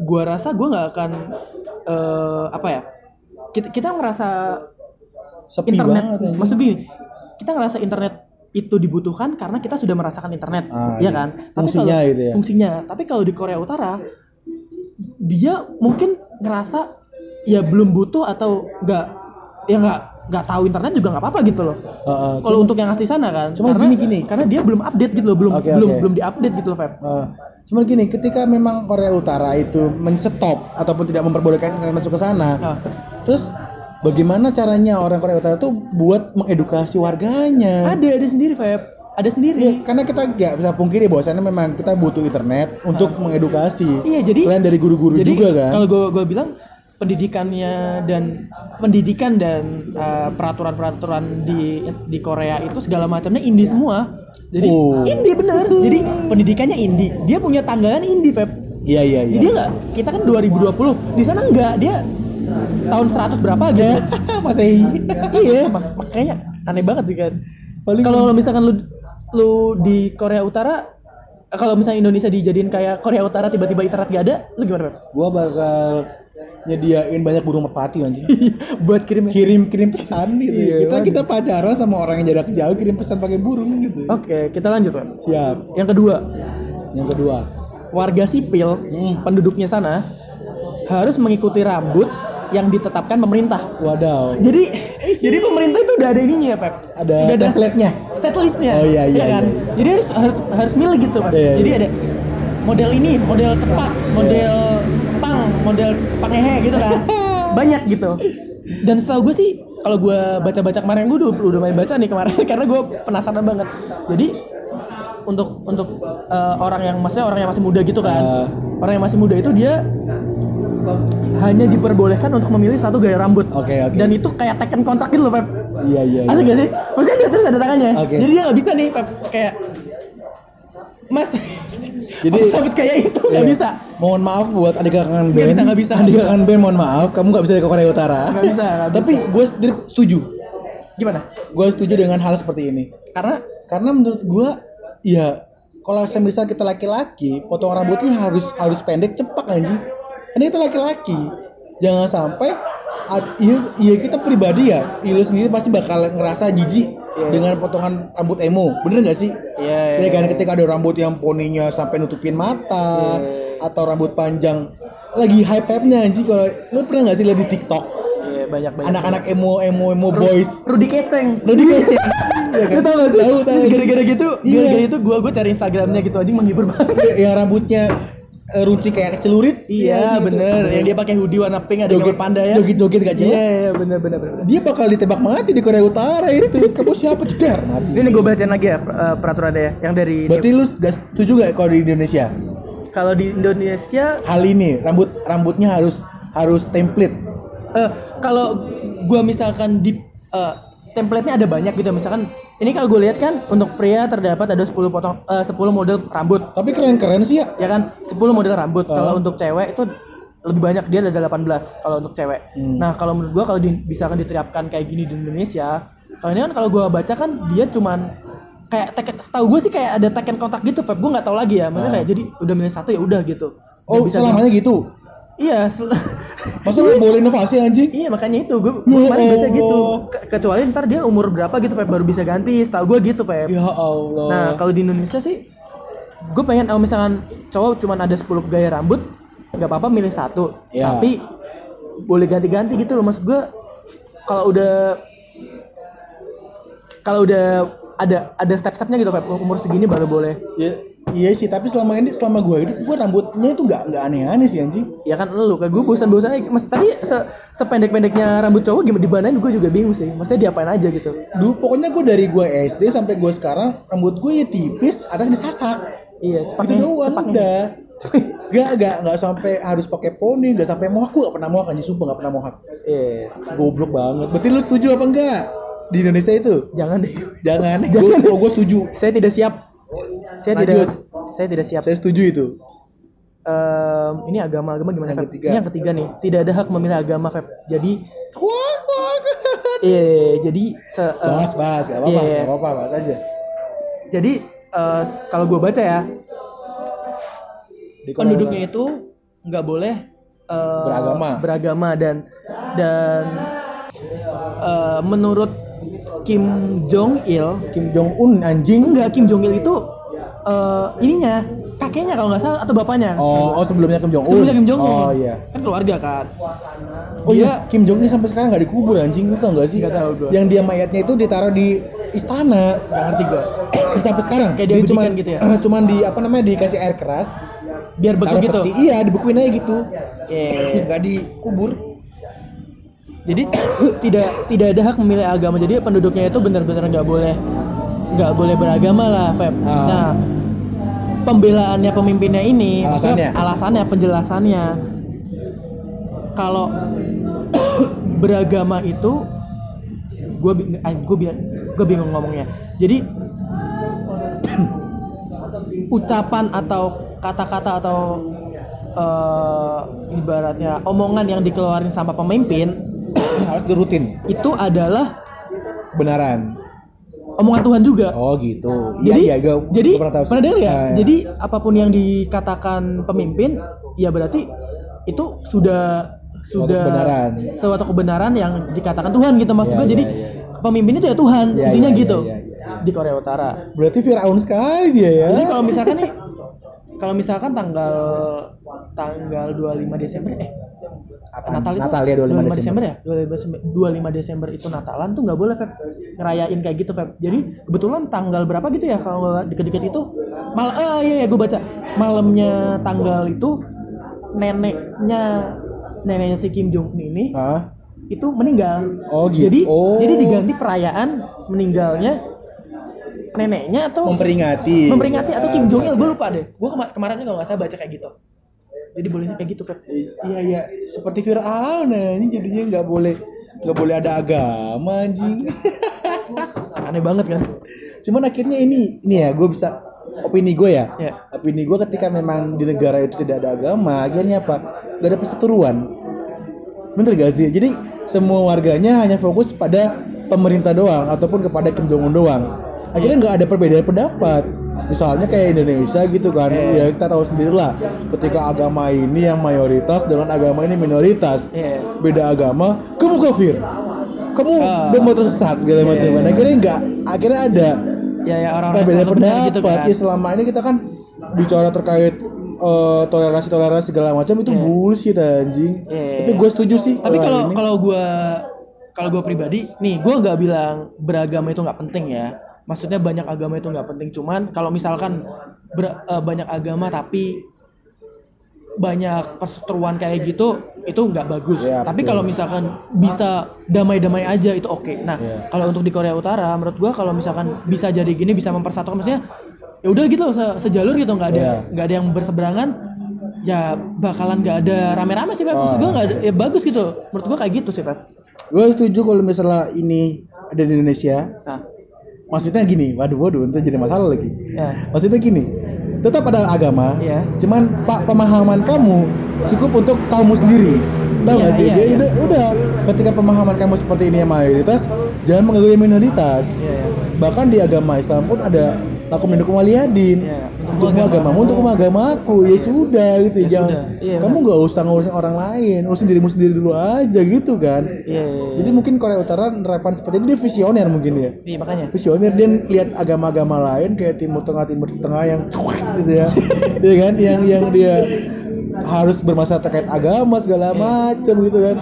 Speaker 1: gue rasa gue nggak akan eh, apa ya kita kita ngerasa
Speaker 3: sepi
Speaker 1: internet
Speaker 3: banget ya. anjing.
Speaker 1: maksud gini kita ngerasa internet itu dibutuhkan karena kita sudah merasakan internet
Speaker 3: Ah,
Speaker 1: ya
Speaker 3: iya.
Speaker 1: kan
Speaker 3: Fungsinya
Speaker 1: kalau,
Speaker 3: gitu ya.
Speaker 1: fungsinya tapi kalau di Korea Utara dia mungkin ngerasa ya belum butuh atau nggak ya nggak nggak tahu internet juga nggak apa-apa gitu loh
Speaker 3: Heeh.
Speaker 1: kalau untuk yang asli sana kan
Speaker 3: Ah, Cuma
Speaker 1: karena
Speaker 3: gini-gini.
Speaker 1: karena dia belum update gitu loh belum
Speaker 3: Oke,
Speaker 1: belum
Speaker 3: oke.
Speaker 1: belum diupdate gitu loh Feb
Speaker 3: Ah, cuman gini ketika memang Korea Utara itu menstop ataupun tidak memperbolehkan internet masuk ke sana
Speaker 1: Ah.
Speaker 3: Terus bagaimana caranya orang Korea Utara tuh buat mengedukasi warganya?
Speaker 1: Ada ada sendiri Feb. Ada sendiri.
Speaker 3: Iya, karena kita nggak bisa pungkiri bahwasannya memang kita butuh internet untuk mengedukasi.
Speaker 1: Ah. Iya jadi
Speaker 3: Selain dari guru-guru
Speaker 1: jadi
Speaker 3: juga kan.
Speaker 1: Kalau gue gue bilang pendidikannya dan pendidikan dan uh, peraturan-peraturan di di Korea itu segala macamnya indie semua. Jadi
Speaker 3: Oh.
Speaker 1: indie bener. Jadi pendidikannya indie. Dia punya tanggalan indie, Feb.
Speaker 3: Iya iya
Speaker 1: Jadi
Speaker 3: iya.
Speaker 1: dia nggak kita kan 2020. Di sana enggak, dia tahun 100 berapa gitu.
Speaker 3: masih
Speaker 1: iya, mak- makanya aneh banget sih kan.
Speaker 3: Paling-
Speaker 1: Kalau misalkan lu lu di Korea Utara kalau misalnya Indonesia dijadiin kayak Korea Utara tiba-tiba internet gak ada, lu gimana, Pep?
Speaker 3: gua bakal nyediain banyak burung merpati anjing.
Speaker 1: Iya, buat kirim oke
Speaker 3: kirim kirim pesan gitu.
Speaker 1: Iya,
Speaker 3: kita
Speaker 1: waduh.
Speaker 3: kita pacaran sama orang yang jarak jauh kirim pesan pakai burung gitu.
Speaker 1: Oh. kita lanjut Pak.
Speaker 3: Siap.
Speaker 1: yang kedua
Speaker 3: Yang kedua.
Speaker 1: warga sipil penduduknya sana harus mengikuti rambut yang ditetapkan pemerintah
Speaker 3: Wadaw.
Speaker 1: jadi jadi pemerintah itu udah ada ininya Pep
Speaker 3: Oh, iya. Ada
Speaker 1: udah
Speaker 3: template-nya?
Speaker 1: set listnya
Speaker 3: Oh, iya, iya,
Speaker 1: kan
Speaker 3: iya, iya.
Speaker 1: jadi harus harus harus milih gitu Pep
Speaker 3: Iya, iya,
Speaker 1: jadi
Speaker 3: iya.
Speaker 1: ada model ini model cepak model pang model cepang hehe gitu kan banyak gitu dan setahu gue sih kalau gue baca-baca kemarin gue udah, udah main baca nih kemarin karena gue penasaran banget jadi untuk untuk eh, orang yang maksudnya orang yang masih muda gitu kan
Speaker 3: Ah.
Speaker 1: orang yang masih muda itu dia hanya diperbolehkan untuk memilih satu gaya rambut
Speaker 3: Oke, oke.
Speaker 1: dan itu kayak teken kontrak gitu loh Pep
Speaker 3: Iya iya. iya.
Speaker 1: Asik gak sih? Maksudnya dia terus ada tangannya
Speaker 3: Oke.
Speaker 1: Jadi dia gak bisa nih Pep Kayak Mas Jadi
Speaker 3: Jadi-
Speaker 1: rambut kayak itu gak
Speaker 3: Iya.
Speaker 1: bisa
Speaker 3: Mohon maaf buat adik kangen
Speaker 1: Nggak
Speaker 3: band.
Speaker 1: bisa, nggak bisa,
Speaker 3: Adik
Speaker 1: nggak
Speaker 3: kangen band mohon maaf, kamu nggak bisa ke Korea Utara.
Speaker 1: Nggak bisa, nggak
Speaker 3: Tapi gue sendiri setuju.
Speaker 1: Gimana?
Speaker 3: Gue setuju dengan hal seperti ini.
Speaker 1: Karena
Speaker 3: Karena menurut gue, ya kalau semisal kita laki-laki, potong rambutnya harus harus pendek cepak anjing. Karena kita laki-laki, jangan sampai ad- iya iya kita pribadi ya, iya lu sendiri pasti bakal ngerasa jijik dengan potongan rambut emo, bener gak sih?
Speaker 1: Iya, iya, Iya,
Speaker 3: Ya kan ketika ada rambut yang poninya sampai nutupin mata atau rambut panjang lagi hype hype-nya anjing kalau lu pernah gak sih lihat di TikTok
Speaker 1: Iya banyak-banyak
Speaker 3: anak-anak emo emo emo boys
Speaker 1: Rudy Keceng Iya kan?
Speaker 3: Rudy Keceng.
Speaker 1: Lu tau gak sih?
Speaker 3: Tahu, tahu.
Speaker 1: Terus Gara-gara gitu
Speaker 3: Iya.
Speaker 1: Gara-gara itu gue gue cari Instagramnya gitu Anjing menghibur banget
Speaker 3: Ya, yang rambutnya eh, runcing kayak celurit gitu.
Speaker 1: Iya bener Yang dia pakai hoodie warna pink Ada gambar panda ya
Speaker 3: joget-joget gak jelas
Speaker 1: Iya iya bener-bener
Speaker 3: dia bakal ditembak mati di Korea Utara itu kamu siapa ceder mati
Speaker 1: Ini gue bacain lagi ya eh, peraturannya ya Yang dari
Speaker 3: berarti lu gak setuju gak kalau di Indonesia
Speaker 1: Kalau di Indonesia
Speaker 3: hal ini rambut rambutnya harus harus template
Speaker 1: Eh, kalau gua misalkan di eh, template-nya ada banyak gitu misalkan ini kalau gue lihat kan untuk pria terdapat ada 10 potong eh, 10 model rambut
Speaker 3: tapi keren-keren sih ya
Speaker 1: ya kan 10 model rambut kalau untuk cewek itu lebih banyak dia ada 18 kalau untuk cewek nah kalau menurut gua kalau di- misalkan diterapkan kayak gini di Indonesia kalau ini kan kalau gua baca kan dia cuman kayak teken, setahu gue sih kayak ada teken kontrak gitu Feb gue nggak tahu lagi ya maksudnya kayak jadi udah milih satu ya udah gitu Nggak
Speaker 3: oh
Speaker 1: bisa
Speaker 3: selamanya gitu
Speaker 1: di- iya sel-
Speaker 3: masa lu boleh inovasi anjing
Speaker 1: Iya makanya itu gue
Speaker 3: Ya
Speaker 1: kemarin baca gitu
Speaker 3: Allah.
Speaker 1: Ke- kecuali ntar dia umur berapa gitu Pep baru bisa ganti setahu gue gitu Pep.
Speaker 3: ya Allah
Speaker 1: Nah kalau di Indonesia sih gue pengen kalau misalkan cowok cuman ada 10 gaya rambut nggak apa-apa milih satu
Speaker 3: Ya.
Speaker 1: tapi boleh ganti-ganti gitu loh maksud gue kalau udah kalau udah ada ada step-stepnya gitu Pep umur segini baru boleh
Speaker 3: Ya, iya sih tapi selama ini selama gue hidup gue rambutnya itu nggak nggak aneh-aneh sih anjing
Speaker 1: ya kan lu kan gue bosan-bosan aja Mas, tapi se- sependek-pendeknya rambut cowok gimana dibanain gue juga bingung sih maksudnya diapain aja gitu
Speaker 3: Duh, pokoknya gue dari gue SD sampai gue sekarang rambut gue ya tipis, atas disasak.
Speaker 1: Iya, cepak
Speaker 3: Itu
Speaker 1: nih,
Speaker 3: Gitu doang
Speaker 1: cepak nih.
Speaker 3: udah. Gak, gak, gak sampai harus pakai poni, gak sampai mohak. Gue gak pernah mohak anjing, sumpah gak pernah mohak.
Speaker 1: Iya.
Speaker 3: Goblok banget. Berarti lu setuju apa enggak? Di Indonesia itu?
Speaker 1: Jangan deh.
Speaker 3: Jangan. Gue oh, gue setuju.
Speaker 1: Saya tidak siap. Saya
Speaker 3: Lanjut.
Speaker 1: tidak saya tidak siap.
Speaker 3: Saya setuju itu.
Speaker 1: Em, ini agama-agama gimana
Speaker 3: Yang
Speaker 1: Feb?
Speaker 3: ketiga.
Speaker 1: Ini yang ketiga nih. Tidak ada hak memilih agama, Feb. Jadi
Speaker 3: Wah, wah.
Speaker 1: eh jadi se, eh,
Speaker 3: Bahas, bahas. Gak apa-apa,
Speaker 1: Iya, iya.
Speaker 3: gak apa-apa. Bahas aja.
Speaker 1: jadi eh, kalau gue baca ya,
Speaker 3: Di
Speaker 1: penduduknya itu nggak boleh eh,
Speaker 3: Beragama.
Speaker 1: beragama dan dan eh, menurut Kim Jong Il
Speaker 3: Kim Jong Un anjing.
Speaker 1: enggak Kim Jong Il itu eh, ininya kakeknya kalau nggak salah atau bapaknya
Speaker 3: Oh, oh sebelumnya Kim Jong Un.
Speaker 1: sebelumnya Kim Jong Il
Speaker 3: Oh iya.
Speaker 1: kan keluarga kan
Speaker 3: Oh iya, Kim Jong Il sampai sekarang nggak dikubur anjing, lu tau nggak sih?
Speaker 1: Nggak tahu gua.
Speaker 3: Yang dia mayatnya itu ditaruh di istana
Speaker 1: nggak ngerti gue
Speaker 3: sampai sekarang.
Speaker 1: Ah, Kayak dia
Speaker 3: cuman eh,
Speaker 1: bidikan gitu ya?
Speaker 3: cuman di apa namanya dikasih air keras,
Speaker 1: biar beku
Speaker 3: taruh
Speaker 1: gitu
Speaker 3: peti, iya dibekuin aja gitu.
Speaker 1: Iya.
Speaker 3: Nggak dikubur.
Speaker 1: Jadi tidak tidak ada hak memilih agama. Jadi penduduknya itu benar-benar nggak boleh nggak boleh beragama lah, Feb.
Speaker 3: Ah.
Speaker 1: Nah, pembelaannya pemimpinnya ini, maksudnya
Speaker 3: Alasannya?
Speaker 1: alasannya penjelasannya kalau beragama itu eh, gue gue gue bingung ngomongnya. Jadi ucapan atau kata-kata atau eh, ibaratnya omongan yang dikeluarin sama pemimpin
Speaker 3: harus dirutin
Speaker 1: itu adalah
Speaker 3: benaran
Speaker 1: omongan Tuhan juga.
Speaker 3: oh gitu iya
Speaker 1: Jadi,
Speaker 3: iya gua-
Speaker 1: jadi
Speaker 3: gua pernah tahu sih.
Speaker 1: dengar ya?
Speaker 3: Ah, iya.
Speaker 1: Jadi apapun yang dikatakan pemimpin, ya berarti itu sudah sudah
Speaker 3: kebenaran.
Speaker 1: suatu kebenaran yang dikatakan Tuhan gitu maksud
Speaker 3: Iya,
Speaker 1: gua.
Speaker 3: iya,
Speaker 1: Jadi
Speaker 3: iya,
Speaker 1: pemimpin itu ya Tuhan,
Speaker 3: Iya,
Speaker 1: intinya
Speaker 3: iya, iya,
Speaker 1: gitu.
Speaker 3: iya, iya,
Speaker 1: Di Korea Utara.
Speaker 3: berarti Firaun sekali dia ya
Speaker 1: Jadi kalau misalkan nih kalau misalkan tanggal tanggal 25 Desember eh
Speaker 3: Apaan?
Speaker 1: Natal itu
Speaker 3: Natal ya 25 Desember.
Speaker 1: ya 25 Desember, 25 Desember itu Natalan tuh nggak boleh Feb ngerayain kayak gitu Feb jadi kebetulan tanggal berapa gitu ya kalau nggak deket-deket itu malam ah iya ya gue baca malamnya tanggal itu neneknya neneknya si Kim Jong Un ini
Speaker 3: Hah?
Speaker 1: itu meninggal
Speaker 3: Oh, gitu.
Speaker 1: jadi
Speaker 3: Oh.
Speaker 1: jadi diganti perayaan meninggalnya neneknya atau
Speaker 3: memperingati
Speaker 1: memperingati atau Kim Jong Il gue lupa deh gue kema- kemarin kalau nggak salah baca kayak gitu jadi bolehnya kayak gitu Feb
Speaker 3: iya iya seperti Firaun anjing jadinya nggak boleh nggak boleh ada agama anjing
Speaker 1: aneh banget kan
Speaker 3: cuman akhirnya ini ini ya gue bisa opini gue ya
Speaker 1: Iya.
Speaker 3: opini gue ketika memang di negara itu tidak ada agama akhirnya apa gak ada perseteruan bener gak sih jadi semua warganya hanya fokus pada pemerintah doang ataupun kepada Kim Jong Un doang akhirnya nggak ada perbedaan pendapat misalnya kayak Indonesia gitu kan ya kita tahu sendiri lah ketika agama ini yang mayoritas dengan agama ini minoritas
Speaker 1: Iya.
Speaker 3: beda agama kamu kafir kamu
Speaker 1: Ah. iya,
Speaker 3: udah mau tersesat segala macam akhirnya nggak akhirnya ada eh,
Speaker 1: ya ya orang-orang
Speaker 3: beda
Speaker 1: selalu benar
Speaker 3: pendapat
Speaker 1: gitu kan
Speaker 3: Ya, selama ini kita kan bicara terkait eh, toleransi-toleransi segala macam itu
Speaker 1: Iya.
Speaker 3: bullshit anjing.
Speaker 1: Iya.
Speaker 3: Tapi gue setuju sih.
Speaker 1: tapi kalau
Speaker 3: ini.
Speaker 1: kalau gue kalau gue pribadi nih gue nggak bilang beragama itu nggak penting ya maksudnya banyak agama itu nggak penting cuman kalau misalkan ber- eh, banyak agama tapi banyak perseteruan kayak gitu itu nggak bagus.
Speaker 3: Iya,
Speaker 1: Tapi
Speaker 3: betul.
Speaker 1: kalau misalkan bisa damai-damai aja itu oke. Nah,
Speaker 3: Iya.
Speaker 1: kalau untuk di Korea Utara menurut gua kalau misalkan bisa jadi gini bisa mempersatukan maksudnya ya udah gitu loh se- sejalur gitu nggak ada
Speaker 3: Iya.
Speaker 1: nggak ada yang berseberangan ya bakalan nggak ada rame-rame sih Pak. Maksud gua nggak ada, ya bagus gitu. Menurut gua kayak gitu sih Pak.
Speaker 3: gue setuju kalau misalnya ini ada di Indonesia,
Speaker 1: Nah,
Speaker 3: maksudnya gini, waduh waduh, nanti jadi masalah lagi.
Speaker 1: ya.
Speaker 3: Maksudnya gini, tetap ada agama,
Speaker 1: Iya.
Speaker 3: cuman pak pemahaman kamu cukup untuk kamu sendiri. Tahu
Speaker 1: Iya,
Speaker 3: nggak sih?
Speaker 1: iya,
Speaker 3: Dia
Speaker 1: iya.
Speaker 3: udah, udah, ketika pemahaman kamu seperti ini yang mayoritas, jangan mengganggu yang minoritas.
Speaker 1: Iya, iya.
Speaker 3: bahkan di agama Islam pun ada aku mendukung waliyadin
Speaker 1: Iya,
Speaker 3: untuk
Speaker 1: agama
Speaker 3: agamamu
Speaker 1: kamu.
Speaker 3: untuk agama aku ya sudah gitu ya,
Speaker 1: Ya
Speaker 3: jangan
Speaker 1: sudah, iya,
Speaker 3: kamu nggak usah ngurusin orang lain urusin dirimu sendiri dulu aja gitu kan
Speaker 1: Iya. iya, iya.
Speaker 3: jadi mungkin Korea Utara nerapan seperti itu dia visioner mungkin ya
Speaker 1: Iya, makanya.
Speaker 3: visioner dia lihat agama-agama lain kayak timur tengah timur tengah yang gitu ya Iya kan yang yang dia harus bermasalah terkait agama segala
Speaker 1: Iya.
Speaker 3: macam gitu kan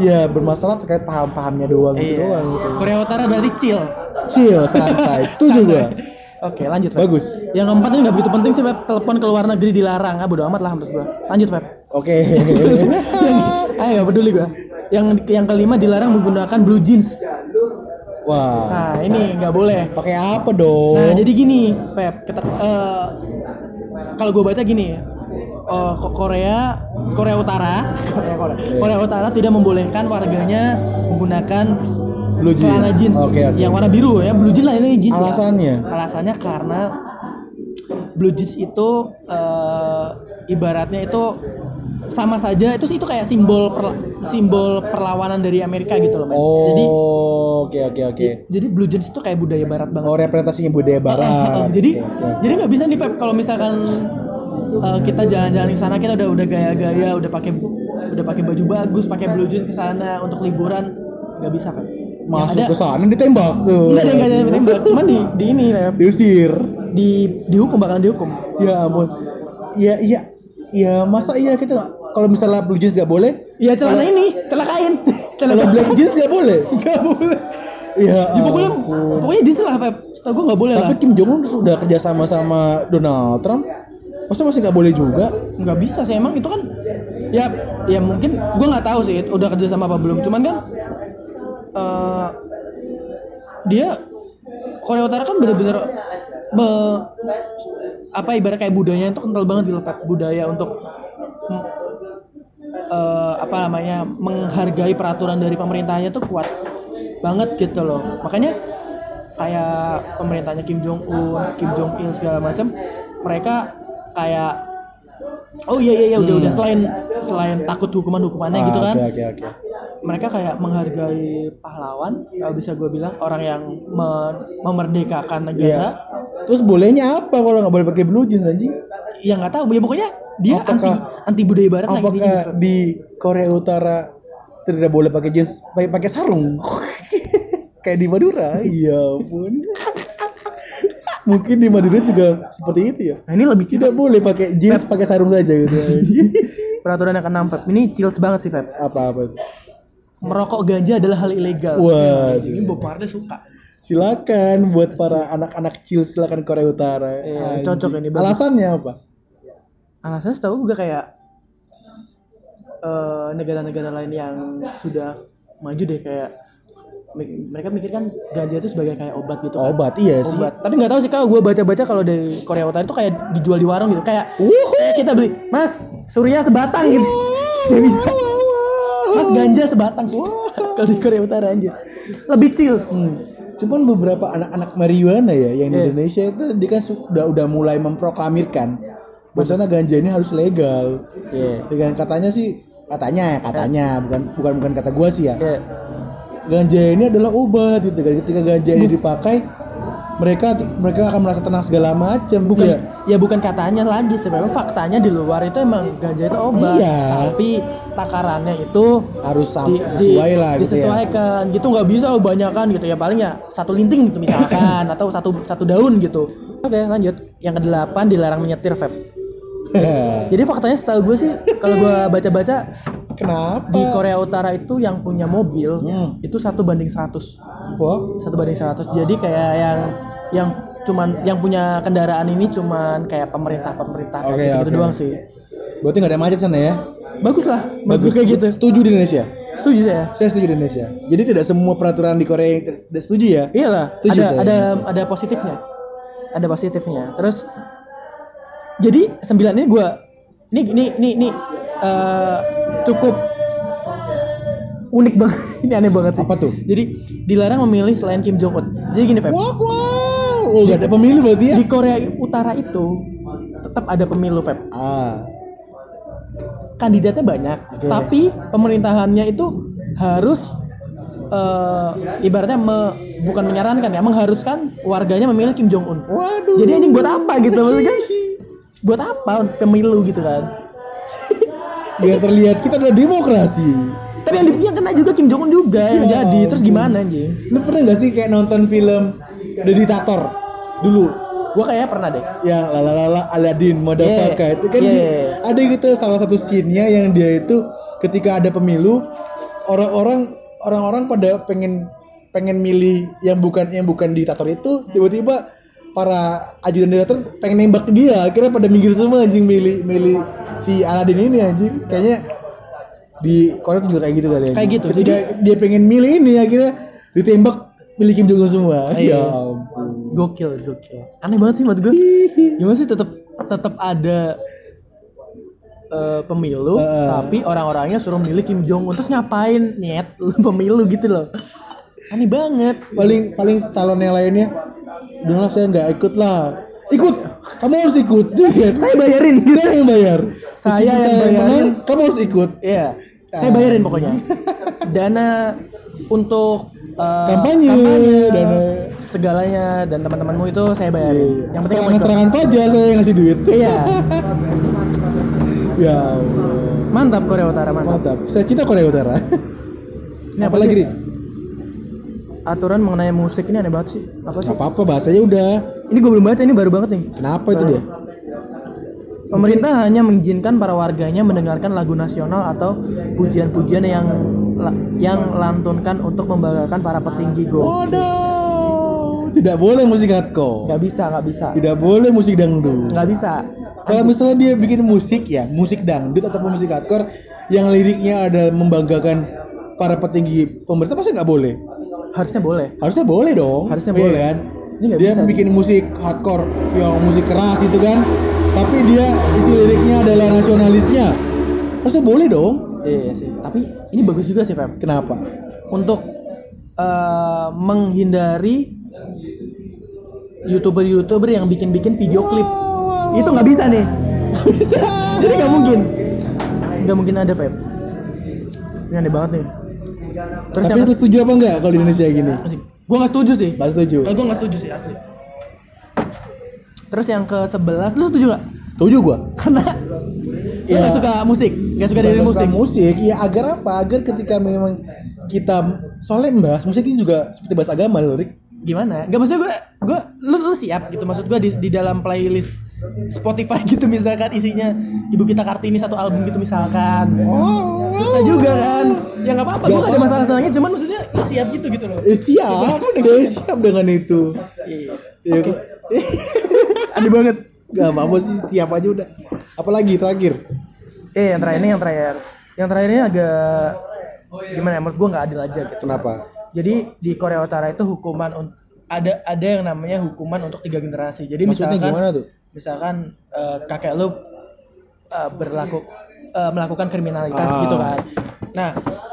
Speaker 3: ya bermasalah terkait paham-pahamnya doang gitu
Speaker 1: Iya.
Speaker 3: doang gitu
Speaker 1: Korea Utara berarti chill.
Speaker 3: chill santai setuju gua
Speaker 1: Oke, lanjut. Pak.
Speaker 3: Bagus.
Speaker 1: Yang keempat ini nggak begitu penting sih, Pep. Telepon ke luar negeri dilarang. Ah, bodo amat lah menurut gua. Lanjut, Pep.
Speaker 3: Oke. iya.
Speaker 1: yang, ah, nggak peduli gua. Yang yang kelima dilarang menggunakan blue jeans.
Speaker 3: Wah,
Speaker 1: Nah, ini nggak boleh.
Speaker 3: pakai apa dong?
Speaker 1: Nah, jadi gini, Pep. Kita, eh, kalau gua baca gini, eh, Ko- Korea, Korea Utara, Korea, Korea, Korea Utara tidak membolehkan warganya menggunakan
Speaker 3: Blue jeans.
Speaker 1: celana jeans
Speaker 3: Oke, oke.
Speaker 1: yang warna biru ya, blue jeans lah ini jeans. lah.
Speaker 3: Alasannya?
Speaker 1: Alasannya karena blue jeans itu eh, ibaratnya itu sama saja itu itu kayak simbol perla- simbol perlawanan dari Amerika gitu loh, men.
Speaker 3: oh,
Speaker 1: Jadi
Speaker 3: oke oke oke.
Speaker 1: jadi blue jeans itu kayak budaya barat banget.
Speaker 3: Oh, representasinya
Speaker 1: Ah,
Speaker 3: budaya
Speaker 1: Heeh,
Speaker 3: barat.
Speaker 1: jadi
Speaker 3: Oke, oke.
Speaker 1: jadi nggak bisa nih Feb kalau misalkan eh, kita jalan-jalan ke sana kita udah udah gaya-gaya udah pakai udah pakai baju bagus pakai blue jeans ke sana untuk liburan nggak bisa Feb. Yang
Speaker 3: masuk
Speaker 1: ada,
Speaker 3: ke sana ditembak tuh.
Speaker 1: Nggak ada yang nggak ada yang tembak. Cuman di di ini Feb.
Speaker 3: Diusir.
Speaker 1: di dihukum bakalan dihukum.
Speaker 3: Ya ampun. Iya iya. Ya masa iya kita nggak- kalau misalnya blue jeans gak boleh,
Speaker 1: Iya celana ini, celana kain, celana
Speaker 3: kalau black jeans gak boleh. Gak boleh. Iya.
Speaker 1: Iya. Ya pokoknya
Speaker 3: ampun.
Speaker 1: pokoknya jeans lah Feb. Setahu gue nggak boleh lah.
Speaker 3: Tapi Kim Jong Un sudah kerja sama sama Donald Trump. Masa masih gak boleh juga?
Speaker 1: Nggak bisa sih emang itu kan ya ya mungkin gue nggak tahu sih udah kerja sama apa belum cuman kan eh, dia Korea Utara kan bener-bener be- apa ibarat kayak budayanya itu kental banget gitu Pak. budaya untuk mm, eh, apa namanya menghargai peraturan dari pemerintahnya tuh kuat banget gitu loh makanya kayak pemerintahnya Kim Jong Un Kim Jong Il segala macam mereka kayak oh iya iya iya udah udah selain selain takut hukuman hukumannya gitu kan
Speaker 3: Ah, Oke oke oke.
Speaker 1: mereka kayak menghargai pahlawan kalau bisa gue bilang orang yang me- memerdekakan
Speaker 3: Iya.
Speaker 1: negara
Speaker 3: Terus bolehnya apa kalau nggak boleh pakai blue jeans anjing?
Speaker 1: ya nggak tahu ya pokoknya dia anti
Speaker 3: Iya. Apakah-
Speaker 1: anti budaya barat lah intinya
Speaker 3: Apakah
Speaker 1: gitu.
Speaker 3: di Korea Utara tidak boleh pakai jeans, pakai pakai sarung? Kayak di Madura. Iya pun. Mungkin di Madura juga seperti itu ya.
Speaker 1: nah, ini lebih chill
Speaker 3: Tidak boleh pakai jeans, pakai sarung saja gitu.
Speaker 1: peraturan yang keenam Feb ini chills banget sih Feb
Speaker 3: Apa-apa.
Speaker 1: merokok ganja adalah hal ilegal
Speaker 3: Waduh.
Speaker 1: ini Bob Marley suka
Speaker 3: Silakan buat para anak-anak chill silakan Korea Utara.
Speaker 1: Iya,
Speaker 3: Anjing.
Speaker 1: cocok ini, bagus.
Speaker 3: Alasannya apa?
Speaker 1: alasannya setahu gue kayak eh, negara-negara lain yang sudah maju deh kayak mi- mereka mikir kan ganja itu sebagai kayak obat gitu kan.
Speaker 3: Obat iya sih.
Speaker 1: obat tapi nggak tahu sih kalau gue baca-baca kalau dari Korea Utara itu kayak dijual di warung gitu kayak
Speaker 3: Wuhu.
Speaker 1: kayak kita beli mas surya sebatang gitu Dia bisa. mas ganja sebatang gitu. kalau di Korea Utara aja lebih chill
Speaker 3: Hmm, Cuman beberapa anak-anak marijuana ya yang di
Speaker 1: Iya.
Speaker 3: Indonesia itu dia kan sudah udah mulai memproklamirkan bahwasanya ganja ini harus legal.
Speaker 1: Iya. Eh.
Speaker 3: Dengan katanya sih katanya katanya bukan bukan bukan kata gua sih ya.
Speaker 1: Kayak
Speaker 3: Ganja ini adalah obat gitu kan. Ketika ganja ini dipakai mereka mereka akan merasa tenang segala macam
Speaker 1: bukan
Speaker 3: Iya.
Speaker 1: ya bukan katanya lagi sebenarnya faktanya di luar itu emang ganja itu obat
Speaker 3: Iya.
Speaker 1: tapi takarannya itu
Speaker 3: harus sama
Speaker 1: di, di-
Speaker 3: sesuai lah gitu ya.
Speaker 1: disesuaikan gitu nggak bisa oh banyakan gitu ya paling ya satu linting gitu misalkan atau satu satu daun gitu oke lanjut yang kedelapan dilarang menyetir vape jadi faktanya setahu gue sih kalau gue baca-baca
Speaker 3: Kenapa?
Speaker 1: di Korea Utara itu yang punya mobil
Speaker 3: Hmm.
Speaker 1: itu satu banding 100
Speaker 3: Wah.
Speaker 1: satu banding 100 jadi kayak yang yang cuman yang punya kendaraan ini cuman kayak pemerintah pemerintah kayak
Speaker 3: Oke,
Speaker 1: gitu,
Speaker 3: oke.
Speaker 1: doang sih
Speaker 3: Berarti nggak ada macet sana ya?
Speaker 1: bagus lah bagus, kayak gitu
Speaker 3: Setuju di Indonesia?
Speaker 1: setuju saya
Speaker 3: Saya setuju di Indonesia. Jadi tidak semua peraturan di Korea yang ter- tidak setuju ya?
Speaker 1: iyalah
Speaker 3: Setuju
Speaker 1: ada
Speaker 3: saya,
Speaker 1: ada
Speaker 3: setuju.
Speaker 1: ada positifnya ada positifnya terus jadi sembilan ini gue ini ini ini ini eh, cukup unik banget ini aneh banget sih
Speaker 3: Apa tuh?
Speaker 1: jadi dilarang memilih selain Kim Jong Un jadi gini Feb
Speaker 3: Wow, wow. Oh, nggak ada pemilu berarti ya?
Speaker 1: di Korea Utara itu tetap ada pemilu Feb
Speaker 3: Ah,
Speaker 1: kandidatnya banyak,
Speaker 3: Oke.
Speaker 1: tapi pemerintahannya itu harus eh, ibaratnya me- bukan menyarankan ya, mengharuskan warganya memilih Kim Jong Un.
Speaker 3: waduh.
Speaker 1: Jadi anjing buat apa gitu maksudnya? buat apa pemilu gitu kan?
Speaker 3: Biar terlihat kita ada demokrasi.
Speaker 1: Tapi yang, di- yang kena juga Kim Jong Un juga yang
Speaker 3: Ya
Speaker 1: jadi. Terus
Speaker 3: ampun.
Speaker 1: gimana anjing?
Speaker 3: Lu pernah nggak sih kayak nonton film The Dictator dulu?
Speaker 1: Gua kayaknya pernah deh.
Speaker 3: yang Ya, lalalala Aladdin motherfucker
Speaker 1: Yeah,
Speaker 3: itu kan
Speaker 1: yeah.
Speaker 3: dia- ada gitu salah satu scene-nya yang dia itu ketika ada pemilu orang-orang orang-orang pada pengen pengen milih yang bukan yang bukan diktator itu tiba-tiba para ajudan diktator pengen nembak dia akhirnya pada minggir semua anjing milih milih si Aladdin ini anjing kayaknya di Korea juga kayak gitu kali ya
Speaker 1: Kayak gitu,
Speaker 3: ketika dia pengen milih ini akhirnya ditembak milih Kim Jong Un semua
Speaker 1: Iya.
Speaker 3: ya ampun
Speaker 1: Gokil, gokil. Aneh banget sih Ya menurut gue. Gimana sih tetap tetap ada eh, pemilu,
Speaker 3: Heeh.
Speaker 1: tapi orang-orangnya suruh milih Kim Jong Un terus ngapain nyet lu pemilu gitu loh. Aneh banget.
Speaker 3: paling paling calon yang lainnya udahlah saya nggak ikut lah ikut kamu harus ikut
Speaker 1: Saya bayarin gitu.
Speaker 3: saya yang bayar
Speaker 1: Saya
Speaker 3: Meskipun
Speaker 1: yang bayarin.
Speaker 3: menang, kamu harus ikut
Speaker 1: Iya.
Speaker 3: Ah.
Speaker 1: Saya bayarin pokoknya. Dana untuk eh,
Speaker 3: Kampanye, eh, dana. Iya.
Speaker 1: segalanya dan teman-temanmu itu saya bayarin. Iya. Yang penting kamu
Speaker 3: serangan
Speaker 1: ikut.
Speaker 3: serangan fajar saya yang ngasih duit
Speaker 1: Iya.
Speaker 3: ya Allah.
Speaker 1: Mantap Korea Utara, mantap.
Speaker 3: mantap saya cinta Korea Utara
Speaker 1: Ini apa
Speaker 3: apa lagi
Speaker 1: sih?
Speaker 3: nih
Speaker 1: Aturan mengenai musik ini aneh banget sih. Apa sih?
Speaker 3: apa apa bahasanya udah
Speaker 1: Ini gue belum baca ini baru banget nih.
Speaker 3: kenapa itu dia
Speaker 1: Pemerintah hanya mengizinkan para warganya mendengarkan lagu nasional atau pujian-pujian yang yang lantunkan untuk membanggakan para petinggi go.
Speaker 3: waduh tidak boleh musik hardcore
Speaker 1: Gak bisa, gak bisa,
Speaker 3: tidak boleh musik dangdut
Speaker 1: nggak bisa.
Speaker 3: Kalau misalnya dia bikin musik ya, musik dangdut ataupun musik hardcore yang liriknya ada membanggakan para petinggi pemerintah pasti nggak boleh.
Speaker 1: harusnya boleh
Speaker 3: Harusnya boleh dong.
Speaker 1: Harusnya
Speaker 3: Iya
Speaker 1: boleh.
Speaker 3: kan?
Speaker 1: Ini nggak
Speaker 3: dia
Speaker 1: bisa.
Speaker 3: bikin musik hardcore, yang musik keras itu kan. Tapi dia isi liriknya adalah nasionalisnya. Harusnya boleh dong.
Speaker 1: iya sih tapi ini bagus juga sih Feb
Speaker 3: Kenapa?
Speaker 1: untuk eh, menghindari youtuber-youtuber yang bikin-bikin video klip itu nggak bisa nih jadi nggak mungkin nggak mungkin ada Feb ini aneh banget nih terus
Speaker 3: Tapi
Speaker 1: yang
Speaker 3: setuju apa enggak kalau di Indonesia gini?
Speaker 1: gue nggak setuju sih
Speaker 3: Nggak setuju.
Speaker 1: gue nggak setuju sih asli terus yang ke 11 lu setuju nggak
Speaker 3: Setuju gua.
Speaker 1: karena lu
Speaker 3: Ya.
Speaker 1: nggak suka musik Iya. nggak suka dari
Speaker 3: Bahas
Speaker 1: musik
Speaker 3: tentang musik ya agar apa agar ketika memang kita soalnya membahas musik ini juga seperti bahas agama loh Rick
Speaker 1: gimana Gak maksudnya gue gue lu, lu siap gitu maksud gue di, di dalam playlist Spotify gitu misalkan isinya ibu kita kartini satu album gitu misalkan susah juga kan ya nggak apa-apa gue gak ada masalah senangnya cuman maksudnya lu siap gitu gitu loh
Speaker 3: eh, siap saya siap dengan itu
Speaker 1: Iya.
Speaker 3: ya, gua- aneh banget gak apa-apa sih siap aja udah apalagi terakhir
Speaker 1: eh yang terakhir ini yang terakhir yang terakhir ini agak gimana ya menurut gue nggak adil aja gitu
Speaker 3: kenapa
Speaker 1: jadi di Korea Utara itu hukuman un- ada ada yang namanya hukuman untuk tiga generasi jadi
Speaker 3: Maksudnya
Speaker 1: misalkan
Speaker 3: gimana tuh?
Speaker 1: misalkan eh, kakek lu eh, berlaku eh, melakukan kriminalitas
Speaker 3: Ah.
Speaker 1: gitu kan nah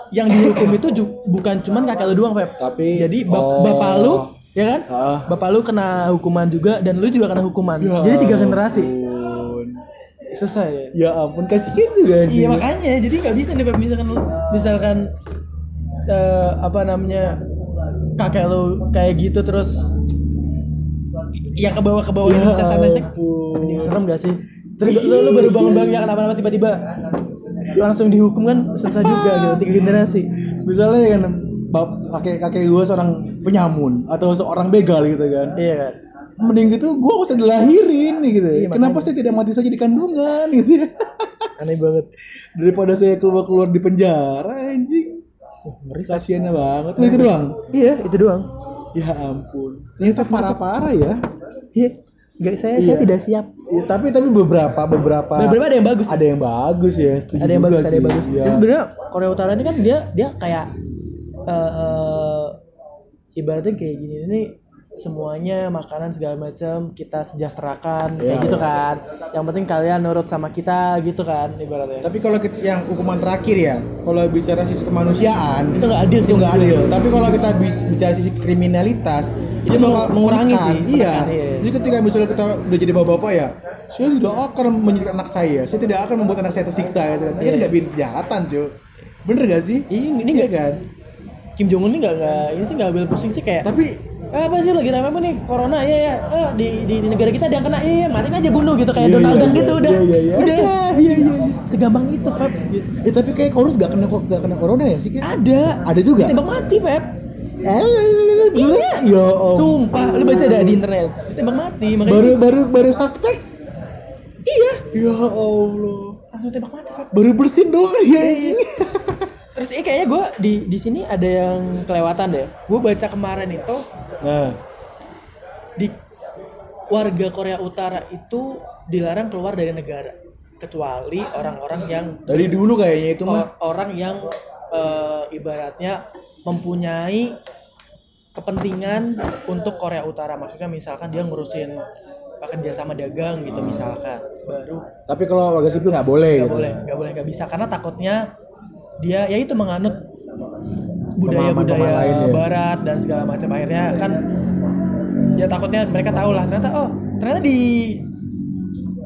Speaker 1: yang dihukum itu ju- bukan cuman kakek lu doang Feb
Speaker 3: Tapi-
Speaker 1: jadi bap-
Speaker 3: oh.
Speaker 1: bapak lu ya kan
Speaker 3: Ah. Ya
Speaker 1: bapak lu kena hukuman juga dan lu juga kena hukuman jadi tiga generasi
Speaker 3: ampun.
Speaker 1: susah ya
Speaker 3: ya ampun kasihan juga anjing.
Speaker 1: Iya makanya jadi nggak bisa nih Pep. misalkan misalkan eh, apa namanya kakek lo kayak gitu terus yang ke bawah ke bawah
Speaker 3: Ya
Speaker 1: bisa santai santai.
Speaker 3: ampun.
Speaker 1: Anjing, serem gak sih? Terus lu, lu baru bangun bangun ya kenapa napa tiba-tiba langsung dihukum kan susah juga gitu tiga generasi.
Speaker 3: misalnya kan bap- kakek kakek gue seorang penyamun atau seorang begal gitu kan
Speaker 1: Iya kan?
Speaker 3: mending gitu gue usah dilahirin gitu
Speaker 1: Iya,
Speaker 3: kenapa saya tidak mati saja di kandungan gitu ya.
Speaker 1: Aneh banget.
Speaker 3: daripada saya keluar keluar di penjara anjing
Speaker 1: Oh,
Speaker 3: ngeri kasiannya banget Nah, itu doang
Speaker 1: Iya itu doang.
Speaker 3: ya ampun ternyata parah parah ya
Speaker 1: Iya. Gak saya saya
Speaker 3: Iya.
Speaker 1: tidak siap.
Speaker 3: Ya, tapi tapi beberapa beberapa
Speaker 1: Beberapa ada yang bagus.
Speaker 3: ada yang bagus ya setuju
Speaker 1: ada yang
Speaker 3: juga
Speaker 1: bagus ada yang
Speaker 3: sih,
Speaker 1: bagus
Speaker 3: ya.
Speaker 1: ya. sebenarnya Korea Utara ini kan dia dia kayak eh, eh, ibaratnya kayak gini ini semuanya makanan segala macam kita sejahterakan kayak
Speaker 3: Iya.
Speaker 1: gitu kan yang penting kalian nurut sama kita gitu kan ibaratnya
Speaker 3: tapi kalau kita- yang hukuman terakhir ya kalau bicara sisi kemanusiaan
Speaker 1: itu nggak adil sih
Speaker 3: itu nggak adil tapi kalau kita bis- bicara sisi kriminalitas
Speaker 1: Itu
Speaker 3: itu bakal
Speaker 1: mengurangi
Speaker 3: mengurangi
Speaker 1: sih,
Speaker 3: iya
Speaker 1: menekan, iya.
Speaker 3: jadi ketika misalnya kita udah jadi bapak-bapak ya saya tidak akan menjadikan anak saya saya tidak akan membuat anak saya tersiksa ya kan
Speaker 1: Iya.
Speaker 3: akhirnya nggak bikin kejahatan cuy bener gak sih
Speaker 1: Ih, ini
Speaker 3: Iya
Speaker 1: nggak
Speaker 3: kan
Speaker 1: Kim Jong Un ini nggak nggak ini sih nggak ambil pusing sih kayak
Speaker 3: tapi
Speaker 1: "Ah, apa sih lagi ramai apa nih corona ya ya Ah, di, di, di negara kita ada yang kena iya iya, matiin aja bunuh gitu kayak
Speaker 3: Iya,
Speaker 1: Donald
Speaker 3: iya,
Speaker 1: Duck
Speaker 3: iya,
Speaker 1: gitu udah
Speaker 3: iya, iya, iya.
Speaker 1: udah gitu."
Speaker 3: Iya, iya, iya.
Speaker 1: segampang itu Feb Gitu.
Speaker 3: eh tapi kayak korus gak kena gak kena corona ya sih kan
Speaker 1: ada
Speaker 3: Ada juga?
Speaker 1: ditembak mati Feb
Speaker 3: eh bener
Speaker 1: Iya.
Speaker 3: ya om
Speaker 1: Sumpah, lu baca dah di internet. Ditembak mati, makanya
Speaker 3: baru baru baru suspek
Speaker 1: iya.
Speaker 3: ya allah
Speaker 1: Langsung tembak mati, Feb.
Speaker 3: baru bersin dong ya anjing
Speaker 1: Terus eh kayaknya gue di di sini ada yang kelewatan deh. Gue baca kemarin itu
Speaker 3: nah
Speaker 1: di warga Korea Utara itu dilarang keluar dari negara kecuali orang-orang yang
Speaker 3: dari dulu kayaknya itu mah
Speaker 1: or- orang yang eh, ibaratnya mempunyai kepentingan untuk Korea Utara. Maksudnya misalkan dia ngurusin eh, kerjasama dagang gitu misalkan baru
Speaker 3: tapi kalau warga sipil nggak boleh
Speaker 1: nggak
Speaker 3: gitu
Speaker 1: boleh nggak boleh nggak bisa karena takutnya dia ya itu menganut budaya budaya
Speaker 3: Pemahaman-pemahaman lain ya.
Speaker 1: barat dan segala macam akhirnya kan ya takutnya mereka tahu lah ternyata oh ternyata di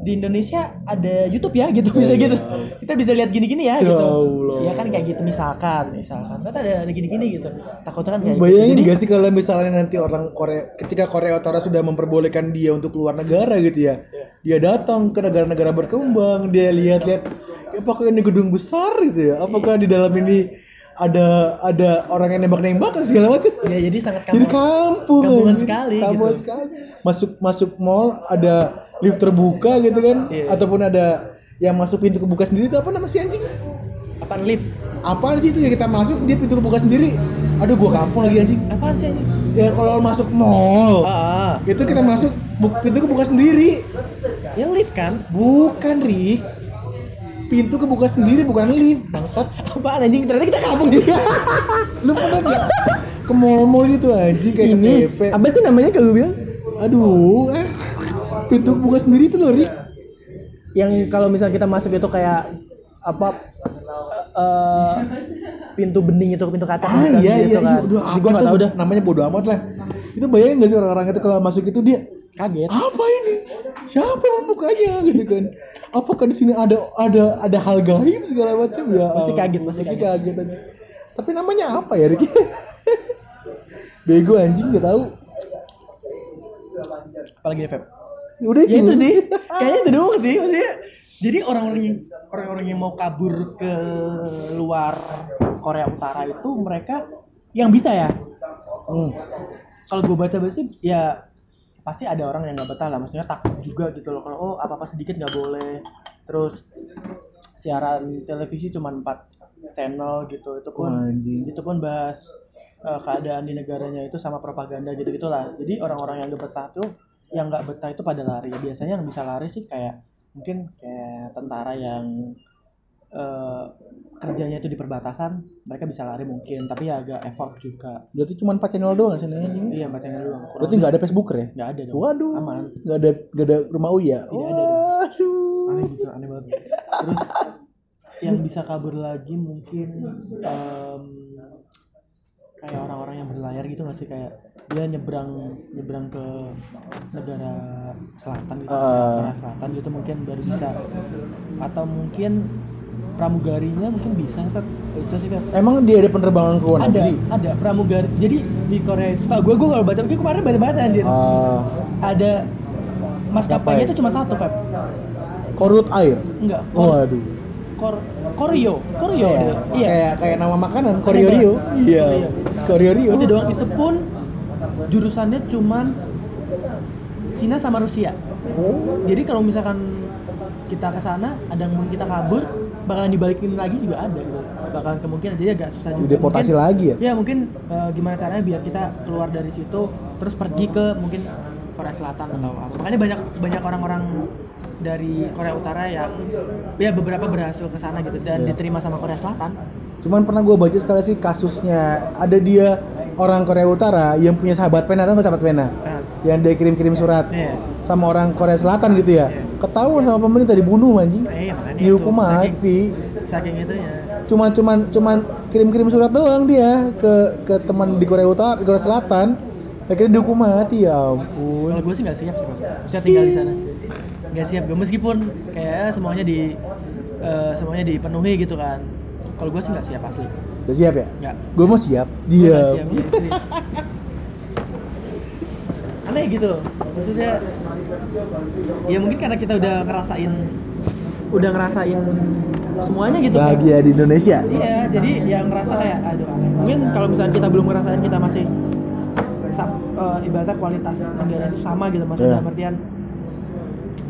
Speaker 1: di Indonesia ada YouTube ya gitu bisa gitu kita bisa lihat gini-gini ya
Speaker 3: Iya, Ya
Speaker 1: gitu
Speaker 3: Allah.
Speaker 1: ya kan kayak gitu misalkan misalkan ternyata ada ada gini-gini gitu takutnya kan kayak gitu.
Speaker 3: Bayangin
Speaker 1: Jadi-
Speaker 3: gak sih kalau misalnya nanti orang Korea ketika Korea Utara sudah memperbolehkan dia untuk keluar negara gitu ya. Dia datang ke negara-negara berkembang, dia lihat-lihat "Ya, apakah ini gedung besar gitu ya? Apakah di dalam ini ada ada orang yang nembak-nembak segala macam.
Speaker 1: ya jadi sangat kamu-
Speaker 3: Jadi kampung.
Speaker 1: kampungan
Speaker 3: anjing.
Speaker 1: sekali
Speaker 3: Kampungan
Speaker 1: gitu.
Speaker 3: sekali. Masuk masuk mall ada lift terbuka gitu kan
Speaker 1: Iya.
Speaker 3: ataupun ada yang masuk pintu kebuka sendiri itu apa nama si anjing?
Speaker 1: apaan lift
Speaker 3: Apaan sih itu ya kita masuk dia pintu kebuka sendiri. Aduh gua kampung lagi anjing
Speaker 1: apaan sih anjing
Speaker 3: ya kalau masuk mall
Speaker 1: ah, ah.
Speaker 3: itu kita masuk bu- pintu kebuka sendiri
Speaker 1: iya ya lift kan
Speaker 3: Bukan Rick. Pintu kebuka sendiri bukan lift, bangsat.
Speaker 1: apaan anjing ternyata kita gitu. kampung juga
Speaker 3: Lu pernah nggak ke mall-mall gitu anjing kayak
Speaker 1: ini
Speaker 3: ke TP?
Speaker 1: apa sih namanya kalau gue bilang
Speaker 3: Aduh, eh, pintu kebuka sendiri itu loh Rick.
Speaker 1: yang kalau misalnya kita masuk itu kayak apa eh, eh, pintu bening itu pintu kaca
Speaker 3: Ah
Speaker 1: bukan
Speaker 3: iya
Speaker 1: gitu
Speaker 3: iya, iya.
Speaker 1: kan.
Speaker 3: Udah,
Speaker 1: Jadi gue
Speaker 3: apa
Speaker 1: nggak
Speaker 3: tuh?
Speaker 1: tahu udah
Speaker 3: Namanya bodo amat lah. Itu bayangin gak sih orang-orang itu kalau masuk itu dia
Speaker 1: kaget
Speaker 3: apa ini? Siapa yang membukanya gitu kan? Apakah di sini ada ada ada hal gaib segala macam ya?
Speaker 1: Pasti
Speaker 3: Allah.
Speaker 1: kaget, pasti
Speaker 3: pasti kaget. aja. Tapi namanya apa ya Ricky? Bego anjing gak tahu.
Speaker 1: apalagi vape
Speaker 3: Ah. Udah
Speaker 1: ya itu sih kayaknya itu doang sih maksudnya jadi orang-orang yang orang-orang yang mau kabur ke luar Korea Utara itu mereka yang bisa ya
Speaker 3: Hmm.
Speaker 1: kalau gue baca baca sih ya pasti ada orang yang nggak betah lah maksudnya takut juga gitu loh kalau oh apa apa sedikit nggak boleh terus siaran televisi cuma empat channel gitu itu pun
Speaker 3: Wah, anjing.
Speaker 1: itu pun bahas eh, keadaan di negaranya itu sama propaganda gitu gitulah jadi orang-orang yang nggak betah tuh yang nggak betah itu pada lari Ya, biasanya yang bisa lari sih kayak mungkin kayak tentara yang eh, kerjanya itu di perbatasan mereka bisa lari mungkin tapi ya agak effort juga
Speaker 3: Berarti cuma 4 channel doang sini anjing.
Speaker 1: iya empat channel doang Kurang
Speaker 3: Berarti nggak ada Facebooker ya?
Speaker 1: Gak ada dong.
Speaker 3: Waduh.
Speaker 1: Aman.
Speaker 3: Nggak ada nggak ada rumah Uya.
Speaker 1: Tidak ada
Speaker 3: Waduh.
Speaker 1: Aneh gitu, aneh banget. Terus yang bisa kabur lagi mungkin em, kayak orang-orang yang berlayar gitu nggak sih kayak dia nyebrang nyebrang ke negara selatan gitu,
Speaker 3: Ah.
Speaker 1: Korea selatan gitu mungkin baru bisa atau mungkin pramugarinya mungkin bisa Feb. Bisa sih Feb.
Speaker 3: Emang dia ada penerbangan ke luar
Speaker 1: ada
Speaker 3: negeri?
Speaker 1: ada pramugari jadi di Korea setahu gue gue kalau baca gue kemarin baru baca anjir
Speaker 3: Ah, ya?
Speaker 1: ada maskapainya itu cuma satu Feb
Speaker 3: korut air.
Speaker 1: enggak
Speaker 3: Waduh.
Speaker 1: Kor Koryo, Koryo.
Speaker 3: Kayak,
Speaker 1: dia. Iya.
Speaker 3: kayak kayak nama makanan Koryo Rio. Iya. Koryo Rio.
Speaker 1: Itu doang itu pun jurusannya cuman Cina sama Rusia.
Speaker 3: Oh.
Speaker 1: Jadi kalau misalkan kita ke sana, ada yang kita kabur, bakalan dibalikin lagi juga ada gitu. Bakalan kemungkinan jadi agak susah juga.
Speaker 3: Deportasi
Speaker 1: Mungkin-
Speaker 3: lagi ya?
Speaker 1: Ya mungkin eh, gimana caranya biar kita keluar dari situ terus pergi ke mungkin Korea Selatan atau apa. Makanya banyak banyak orang-orang dari Korea Utara yang ya beberapa berhasil ke sana gitu
Speaker 3: Iya.
Speaker 1: dan diterima sama Korea Selatan.
Speaker 3: Cuman pernah gue baca sekali sih kasusnya ada dia orang Korea Utara yang punya sahabat pena atau nggak sahabat
Speaker 1: Nah,
Speaker 3: pena? Yang dia kirim-kirim surat
Speaker 1: Iya.
Speaker 3: sama orang Korea Selatan gitu ya.
Speaker 1: Iya.
Speaker 3: Ketahuan sama pemerintah dibunuh anjing.
Speaker 1: eh makanya itu,
Speaker 3: Dihukum
Speaker 1: saking-
Speaker 3: mati.
Speaker 1: Saking ya. itunya.
Speaker 3: Cuman cuman cuman kirim-kirim surat doang dia ke ke teman di Korea Utara, di Korea Selatan. Akhirnya dihukum mati ya ampun.
Speaker 1: Kalau gue sih nggak siap sih, Bang. Saya tinggal di sana. Nggak siap gue meskipun kayak semuanya di eh, semuanya dipenuhi gitu kan. Kalau gue sih nggak siap asli.
Speaker 3: Udah siap ya?
Speaker 1: Nggak.
Speaker 3: Gue mau siap.
Speaker 1: Gua
Speaker 3: Dia.
Speaker 1: nggak siap, iya, serius. Aneh gitu loh. Maksudnya ya mungkin karena kita udah ngerasain udah ngerasain semuanya gitu. Bang.
Speaker 3: Bahagia di Indonesia.
Speaker 1: Iya, jadi yang ngerasa kayak aduh aneh. Mungkin kalau misalnya kita belum ngerasain kita masih sa- eh, ibaratnya kualitas negara itu sama gitu maksudnya
Speaker 3: Iya.
Speaker 1: dalam artian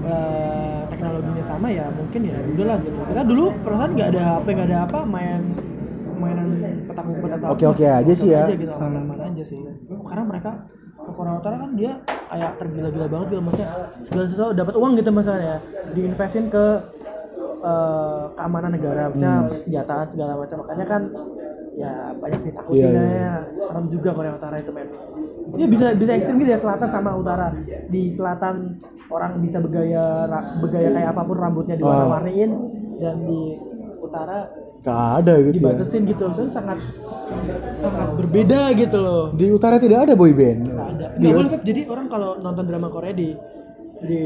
Speaker 1: eh, teknologinya sama ya mungkin ya udahlah gitu. Kita dulu perasaan nggak ada HP nggak ada apa main mainan petak umpet atau
Speaker 3: Oke-oke
Speaker 1: apa.
Speaker 3: aja sih ya.
Speaker 1: Oke-oke aja gitu, aman-aman aja sih. Oh, Karena mereka Korea Utara kan dia kayak tergila-gila banget gitu maksudnya segala sesuatu dapat uang gitu masalahnya diinvestin ke eh, keamanan negara maksudnya
Speaker 3: Hmm.
Speaker 1: persenjataan segala macam makanya kan ya banyak ditakutinya
Speaker 3: Iya, iya,
Speaker 1: ya serem juga Korea Utara itu men ini bisa bisa ekstrim gitu ya selatan sama utara di selatan orang bisa bergaya ra- bergaya kayak apapun rambutnya
Speaker 3: Oh.
Speaker 1: diwarna-warniin dan di utara
Speaker 3: Gak ada gitu ya.
Speaker 1: dibatasin gitu so, sangat sangat berbeda gitu loh
Speaker 3: Di utara tidak ada boy band.
Speaker 1: nggak ada
Speaker 3: Di
Speaker 1: nggak boleh Feb. jadi orang kalau nonton drama Korea di di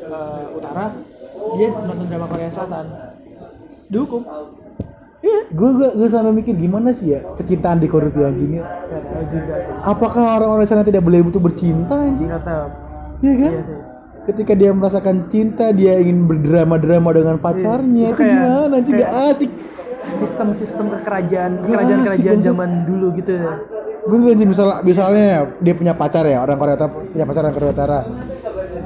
Speaker 1: eh, utara dia nonton drama Korea Selatan dihukum iya
Speaker 3: Gue gue gue sama mikir gimana sih ya kecintaan di Korea itu anjingnya.
Speaker 1: nggak tahu Ya, juga sih
Speaker 3: Apakah orang-orang sana tidak boleh butuh bercinta anjing?
Speaker 1: nggak tahu
Speaker 3: Iya kan?
Speaker 1: iya sih
Speaker 3: Ketika dia merasakan cinta, dia ingin berdrama-drama dengan pacarnya.
Speaker 1: Itu
Speaker 3: Itu
Speaker 1: Iya. kayak-
Speaker 3: gimana anjing? Gak asik.
Speaker 1: sistem-sistem kerajaan
Speaker 3: Gak
Speaker 1: kerajaan kerajaan
Speaker 3: asik,
Speaker 1: zaman dulu gitu ya
Speaker 3: Bener kan sih misalnya, misalnya dia punya pacar ya orang Korea Utara punya pacar orang Korea Utara.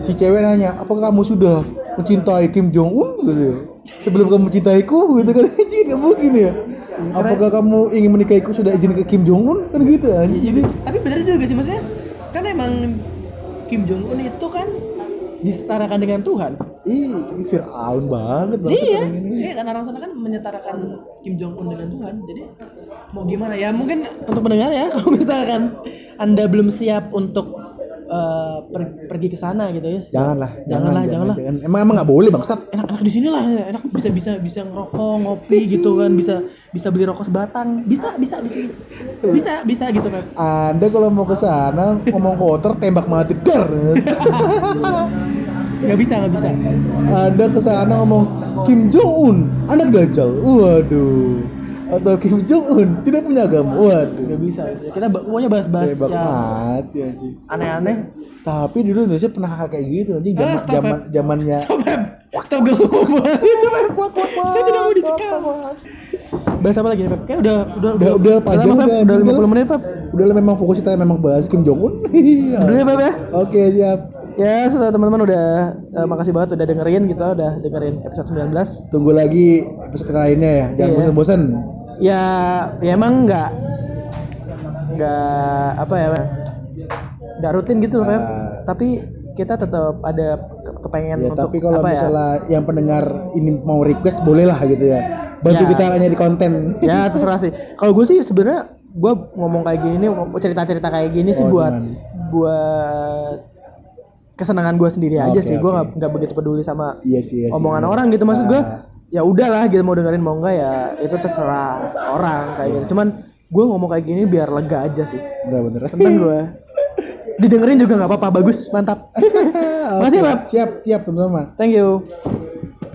Speaker 3: Si cewek nanya, apakah kamu sudah mencintai Kim Jong Un gitu? ya? Sebelum kamu mencintaiku gitu kan anjing nggak mungkin ya. Apakah kamu ingin menikahiku sudah izin ke Kim Jong Un kan gitu anjing. Jadi
Speaker 1: tapi bener juga sih maksudnya kan emang Kim Jong Un itu kan disetarakan dengan Tuhan.
Speaker 3: Ih, Fir'aun banget bangsa
Speaker 1: Iya,
Speaker 3: orang ini.
Speaker 1: iya kan orang sana kan menyetarakan Kim Jong Un dengan Tuhan. Jadi mau gimana ya? Mungkin untuk mendengar ya, kalau misalkan Anda belum siap untuk eh, per- pergi ke sana gitu ya.
Speaker 3: Janganlah,
Speaker 1: janganlah,
Speaker 3: jangan,
Speaker 1: janganlah.
Speaker 3: jangan. Emang emang nggak boleh bangsat.
Speaker 1: Enak-enak di sini lah, enak bisa bisa bisa ngerokok, ngopi gitu kan, bisa bisa beli rokok sebatang, bisa bisa di sini, bisa bisa gitu kan.
Speaker 3: Anda kalau mau ke sana ngomong kotor tembak mati der.
Speaker 1: Nggak bisa nggak bisa.
Speaker 3: Anda ke sana ngomong Kim Jong Un, anak dajal. Waduh. Atau Kim Jong Un tidak punya agama. Waduh.
Speaker 1: Nggak bisa. Kita ba- pokoknya bahas-bahas
Speaker 3: Tembak
Speaker 1: ya
Speaker 3: mati anjing.
Speaker 1: aneh-aneh.
Speaker 3: Tapi dulu Indonesia pernah kayak gitu anjing
Speaker 1: Ah,
Speaker 3: zaman
Speaker 1: stop,
Speaker 3: zaman
Speaker 1: Feb.
Speaker 3: zamannya
Speaker 1: Kita gak mau bahas itu, Feb. Saya tidak mau dicekal. Bahas apa lagi, Feb? Kayaknya udah udah
Speaker 3: udah udah panjang
Speaker 1: lama, Feb.
Speaker 3: udah
Speaker 1: udah 50
Speaker 3: anjing, udah.
Speaker 1: menit, Feb.
Speaker 3: Udah lah, memang fokus kita memang bahas Kim Jong Un.
Speaker 1: Dulu ya, Feb ya.
Speaker 3: Oke, siap.
Speaker 1: Ya, sudah teman-teman udah eh, makasih banget udah dengerin gitu, udah dengerin episode 19.
Speaker 3: Tunggu lagi episode lainnya ya. Jangan
Speaker 1: Iya.
Speaker 3: bosan-bosan.
Speaker 1: Ya, ya emang nggak nggak apa ya, Feb? nggak rutin gitu loh, Feb.
Speaker 3: Ah.
Speaker 1: Tapi kita tetap ada ke- kepengen
Speaker 3: Ya,
Speaker 1: untuk
Speaker 3: tapi kalau
Speaker 1: apa ya?
Speaker 3: misalnya yang pendengar ini mau request boleh lah gitu ya. Bantu
Speaker 1: Ya.
Speaker 3: kita nyari konten.
Speaker 1: ya terserah sih kalau gue sih sebenarnya gue ngomong kayak gini cerita cerita kayak gini sih
Speaker 3: Oh,
Speaker 1: buat
Speaker 3: cuman.
Speaker 1: buat kesenangan gue sendiri aja
Speaker 3: Oke,
Speaker 1: sih gue
Speaker 3: oke.
Speaker 1: nggak nggak begitu peduli sama
Speaker 3: Iya sih, Ah. iya sih.
Speaker 1: omongan orang gitu maksud gue ya udahlah gitu mau dengerin mau enggak ya itu terserah orang kayak gitu cuman gue ngomong kayak gini biar lega aja sih Kan
Speaker 3: Bener-bener.
Speaker 1: seneng gue didengerin juga nggak apa-apa bagus mantap
Speaker 3: Oke,
Speaker 1: makasih Bab
Speaker 3: Siap, siap teman-teman.
Speaker 1: thank you